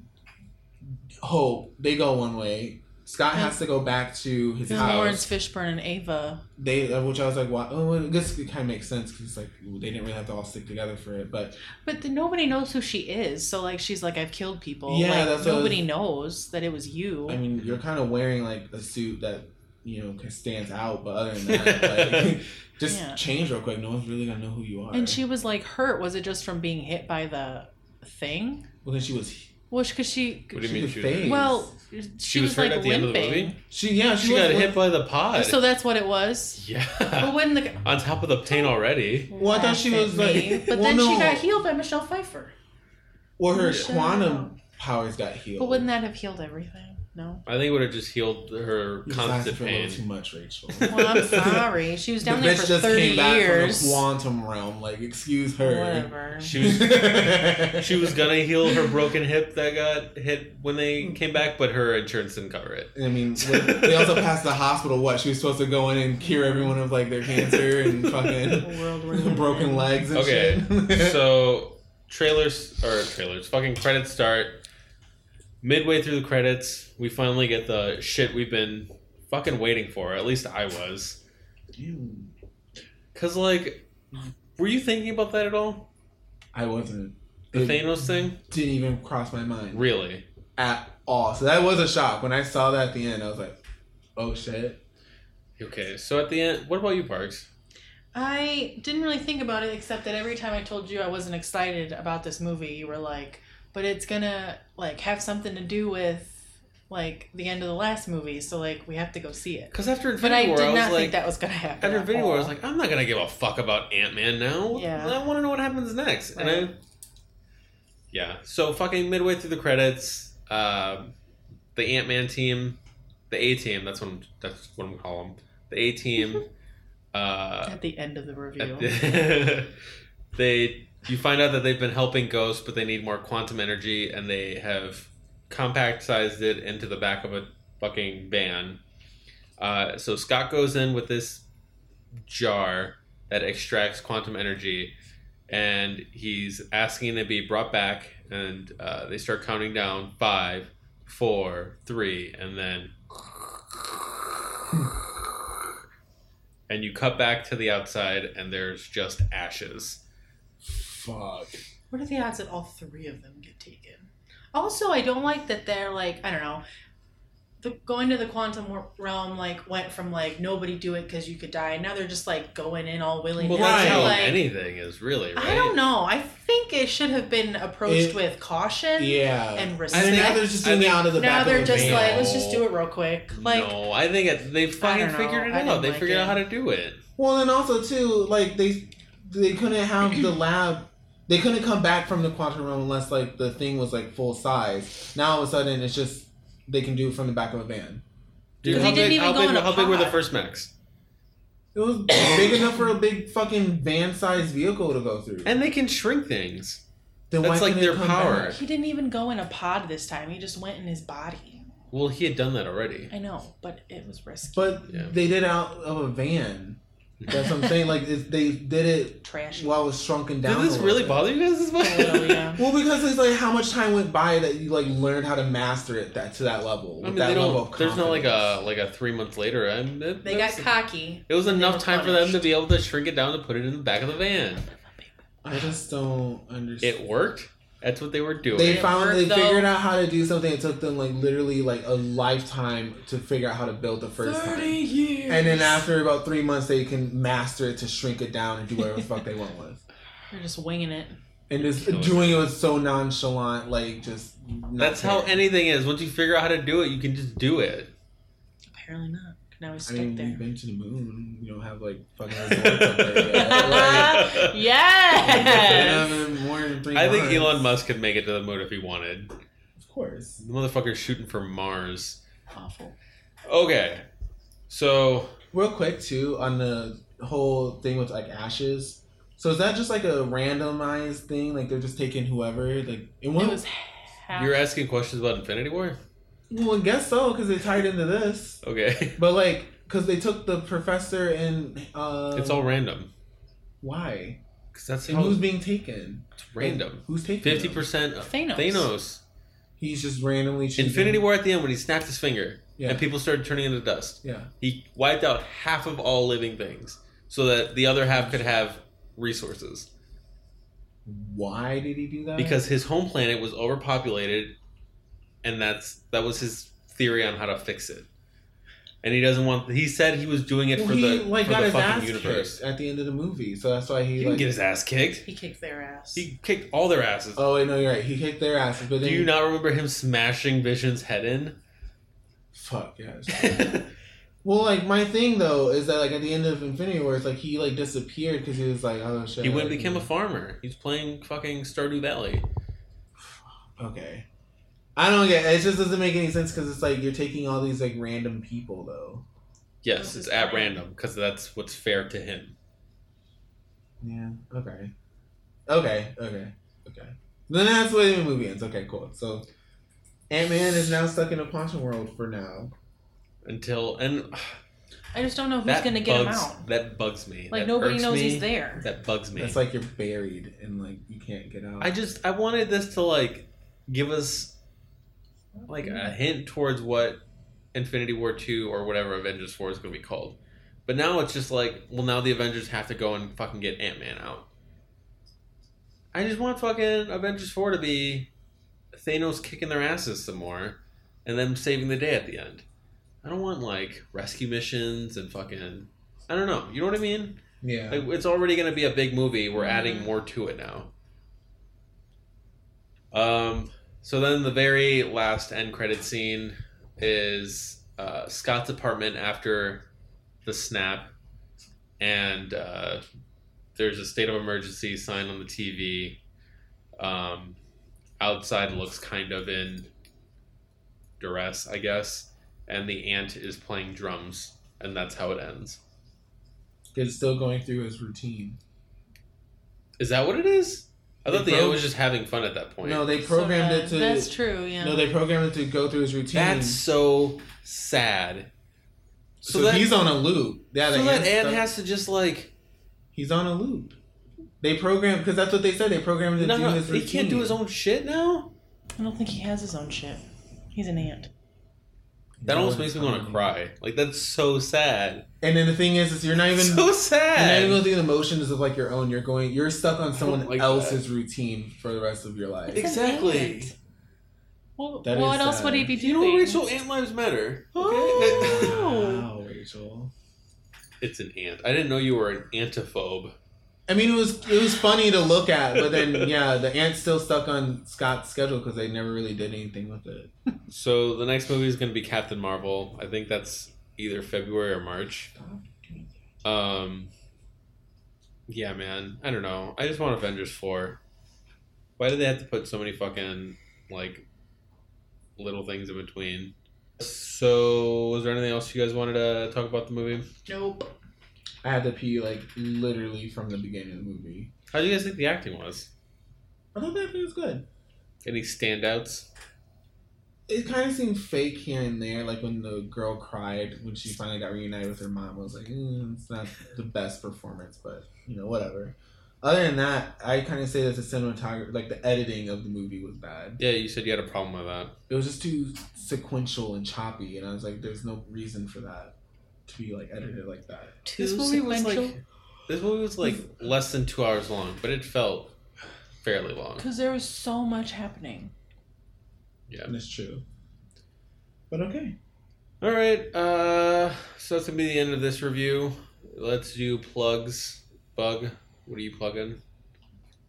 Hope, they go one way. Scott has to go back to his
Because
house.
Lawrence Fishburne and Ava.
They, uh, which I was like, why? Oh, well, I guess it kind of makes sense because like they didn't really have to all stick together for it. But
But then nobody knows who she is. So like she's like I've killed people.
Yeah,
like,
that's what I was-
nobody knows that it was you.
I mean, you're kind of wearing like a suit that you know stands out, but other than that, like, just
Yeah.
change real quick. No one's really gonna know who you are.
and she was like hurt. Was it just from being hit by the thing?
well, then she was
Well, because she,
What do you
She
mean
could
she was
faint.
hurt?
well, she, was, like limping. Oh,
She yeah she,
She
was
got
lim-
hit by the pod.
So that's what it was. But
yeah.
when the
On top of the pain already.
Well, I thought she
Laugh
was
at
like-
me. but
well,
then she
no.
got healed by Michelle Pfeiffer.
Well, her
Shut up.
quantum powers got healed.
But wouldn't that have healed everything? No.
I think it would have just healed her
You
constant
fasted for a little
pain.
too much, Rachel.
Well, I'm sorry. She was down
the
there
bitch
for
just
thirty
came back
years.
from the quantum realm. Like, excuse her.
Whatever.
She was she was gonna heal her broken hip that got hit when they came back, but her insurance didn't cover it.
I mean, what- they also passed the hospital. What she was supposed to go in and cure everyone of like their cancer and fucking
World War One.
broken legs and
Okay,
shit.
so trailers or trailers, fucking credits start. Midway through the credits, we finally get the shit we've been fucking waiting for. At least I was.
Ew.
Cause like, were you thinking about that at all?
I wasn't.
The
It
Thanos thing?
didn't even cross my mind
Really?
at all. So that was a shock when I saw that at the end. I was like, oh shit.
Okay. So at the end, what about you, Parks?
I didn't really think about it except that every time I told you I wasn't excited about this movie, you were like, "But it's gonna like have something to do with like the end of the last movie, so like we have to go see it."
Because after
But I
Infinity
did
War, I,
not
was
think
like,
that was gonna happen.
after
at
Infinity War, I was
all.
like, I'm not gonna give a fuck about Ant Man now.
Yeah.
I want to know what happens next, and I.
Right.
Yeah. So fucking midway through the credits, um, the Ant Man team, the A team. That's what I'm, that's what I'm calling them. The A team. uh,
at the end of the review.
at the- they you find out that they've been helping Ghost, but they need more quantum energy, and they have compact sized it into the back of a fucking van. Uh, so Scott goes in with this jar that extracts quantum energy, and he's asking to be brought back. And uh, they start counting down five, four, three, and then. And you cut back to the outside, and there's just ashes.
Fuck.
What are the odds that all three of them get taken? Also, I don't like that they're like I don't know. The, going to the quantum wor- realm like went from like nobody do it because you could die. Now they're just like going in all willy
Well,
nilly.
that's how
like,
anything is really, right?
I don't know. I think it should have been approached
It-
with caution
Yeah.
and respect.
And now they're just
I
doing it
think-
out of the
now
back
they're
of the
just
van.
like, let's just do it real quick. Like,
no, I think it, they fucking
don't know.
figured it
I
out.
didn't
They
like
figured
it.
out how to do it.
Well, and also too, like they they couldn't have the lab. They couldn't come back from the quantum realm unless like the thing was like full size. Now all of a sudden it's just they can do it from the back of a van.
Dude,
Because
how
they
big,
didn't even
how,
go
big,
in a
how big were the
pod.
first mechs?
It was big enough for a big fucking van sized vehicle to go through.
And they can shrink things.
then
that's, like,
couldn't it
their
come
power.
back?
he didn't even go in a pod this time. He just went in his body.
Well, he had done that already.
I know, but it was risky.
But
Yeah.
they did it out of a van. That's what I'm saying. Like it's, they did it
Trash.
while it was shrunken
Did
down.
this
a little
really
bit.
bother you guys as much?
A little, yeah.
Well, because it's like how much time went by that you like learned how to master it that to that level.
I mean,
that
they
level
don't, there's not like uh,
confidence.
a like a three months later. I mean, it,
They got
it's-
cocky.
It was enough
were
time for them to be able to shrink it down to put it in the back of the van.
I just don't understand.
It worked. That's what they were doing.
they
It
found
worked,
they
though.
figured out how to do something. It took them like literally like a lifetime to figure out how to build the first time.
years.
And then after about three months, they can master it to shrink it down and do whatever the fuck they want with.
You're just winging it.
And just
Killer.
doing it was so nonchalant, like just. Not
That's how
caring.
anything is. Once you figure out how to do it, you can just do it.
Apparently not. Now he's
I
stuck
mean, we've
there.
been to the moon. We don't have like fucking. resorts up there yet. Like,
yes.
Been on more than three
I think
months.
Elon Musk could make it to the moon if he wanted.
Of course.
The motherfucker's shooting for Mars.
Awful.
Okay. So
Real quick too on the whole thing with like ashes. So is that just like a randomized thing? Like they're just taking whoever? Like and
It
one,
was half.
you're asking questions about Infinity War?
well, I guess so because they tied into this.
Okay.
But like, because they took the professor and uh,
it's all random.
why?
Because that's
And
how
who's being taken?
it's random.
Like, who's taking?
Fifty
them?
percent of
Thanos.
Thanos.
He's just randomly choosing.
Infinity War at the end when he snapped his finger
Yeah.
and people started turning into dust.
Yeah.
He wiped out half of all living things so that the other half could have resources.
Why did he do that?
Because his home planet was overpopulated and that's that was his theory on how to fix it. and he doesn't want. He said he was doing it
Well,
for
he
the
like
for
got
the
his ass
fucking universe.
kicked at the end of the movie, so that's why
He
he,
didn't
like.
get his ass kicked.
He kicked their ass.
He kicked all their asses.
oh wait, no, you're right. He kicked their asses, but
Do
then
you not remember him smashing Vision's head in?
fuck yes. well, like my thing though is that like at the end of Infinity War, it's like he like disappeared because he was like, oh shit.
he went
like,
and became a farmer. He's playing fucking Stardew Valley.
Okay. I don't get. It just doesn't make any sense because it's like you're taking all these like random people though.
Yes,
This
it's
is
at
fine.
random because that's what's fair to him.
Yeah. Okay. Okay. Okay. Okay. Then that's where the movie ends. Okay. Cool. So Ant Man is now stuck in a quantum world for now.
Until and
I just don't know who's
that
going to
bugs
get him out.
that bugs me.
Like
That
nobody
irks
knows
me.
he's there.
That bugs me.
It's like you're buried and like you can't get out.
I just I wanted this to like give us like a hint towards what Infinity War two or whatever Avengers four is going to be called. But now it's just like, well, now the Avengers have to go and fucking get Ant Man out. I just want fucking Avengers four to be Thanos kicking their asses some more, and them saving the day at the end. I don't want like rescue missions and fucking. I don't know. You know what I mean?
yeah.
Like, it's already going to be a big movie. We're adding more to it now. Um, so then the very last end credit scene is uh, Scott's apartment after the snap, and uh, there's a state of emergency sign on the TV. Um, outside looks kind of in duress, I guess, and the ant is playing drums, and that's how it ends.
It's still going through his routine.
Is that what it is? I
They
thought the
broke-
ant was just having fun at that point.
No, they programmed it to.
That's true. Yeah.
No, they programmed it to go through his routine.
that's so sad.
so
So, that,
he's on a loop. Yeah,
so
the
that
ant
ant
stuff-
has to just like
He's on a loop. They programmed because that's what they said. They programmed him to
no,
do
no,
his
he
routine.
can't do his own shit now.
I don't think he has his own shit. He's an ant.
That almost makes me want to cry. Like that's so sad.
And then the thing is, is you're not even
so
you're not
sad.
even going through the motions of like your own. You're going. You're stuck on someone
like
else's routine for the rest of your life.
It's Exactly.
It's an ant. Well,
That
what
is
else
sad.
would he be
you
doing?
know what, Rachel? Ant lives matter. Okay.
Oh.
Wow, Rachel.
it's an ant. I didn't know you were an antiphobe.
I mean, it was it was funny to look at, but then yeah, the ant's still stuck on Scott's schedule because they never really did anything with it.
So the next movie is going to be Captain Marvel. I think that's either February or March. Um. Yeah, man. I don't know. I just want Avengers four. Why do they have to put so many fucking like little things in between? So, was there anything else you guys wanted to talk about the movie?
Nope.
I had to pee like literally from the beginning of the movie.
How do you guys think the acting was?
I thought that was good.
Any standouts?
It kind of seemed fake here and there, like when the girl cried when she finally got reunited with her mom. I was like, mm, it's not the best performance, but you know, whatever. Other than that, I kind of say that the cinematography, like the editing of the movie, was bad.
Yeah, you said you had a problem with that.
It was just too sequential and choppy, and I was like, there's no reason for that to be like edited like that.
Two sequential.
like this movie was like less than two hours long, but it felt fairly long.
Because there was so much happening.
Yeah.
And it's true. But okay.
All right, uh, so that's gonna be the end of this review. Let's do plugs. Bug, what are you plugging?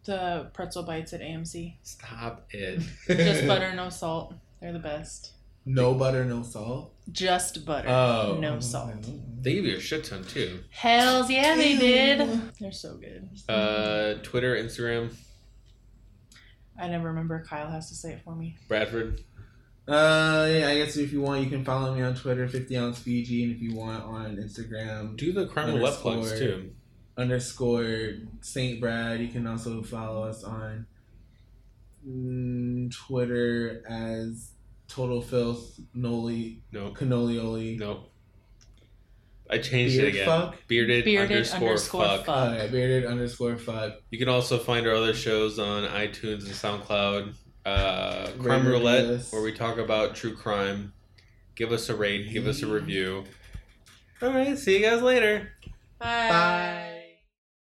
The pretzel bites at AMC.
Stop it.
Just butter, no salt. They're the best.
No butter, no salt.
Just butter.
Uh,
Oh.
No salt.
They give you a shit ton too.
Hells yeah, they
Ew.
did. They're so good.
Uh, Twitter, Instagram,
I never remember. Kyle has to say it for me.
Bradford.
Uh, yeah, I guess if you want, you can follow me on Twitter, 50 ounce BG, and if you want on Instagram
Do the crime roulette plugs
Underscore.
too.
underscore Saint Brad. You can also follow us on mm, Twitter as Total Filth Noli
No,
Canolioli.
no. I changed it
Beard
again.
fuck?
Bearded,
Bearded
underscore,
underscore
fuck.
fuck.
Uh, bearded underscore fuck.
You can also find our other shows on iTunes and SoundCloud. Uh, crime
Rate and
roulette,
review us.
where we talk about true crime. Give us a rate. Give us a review. All right. See you guys later.
Bye.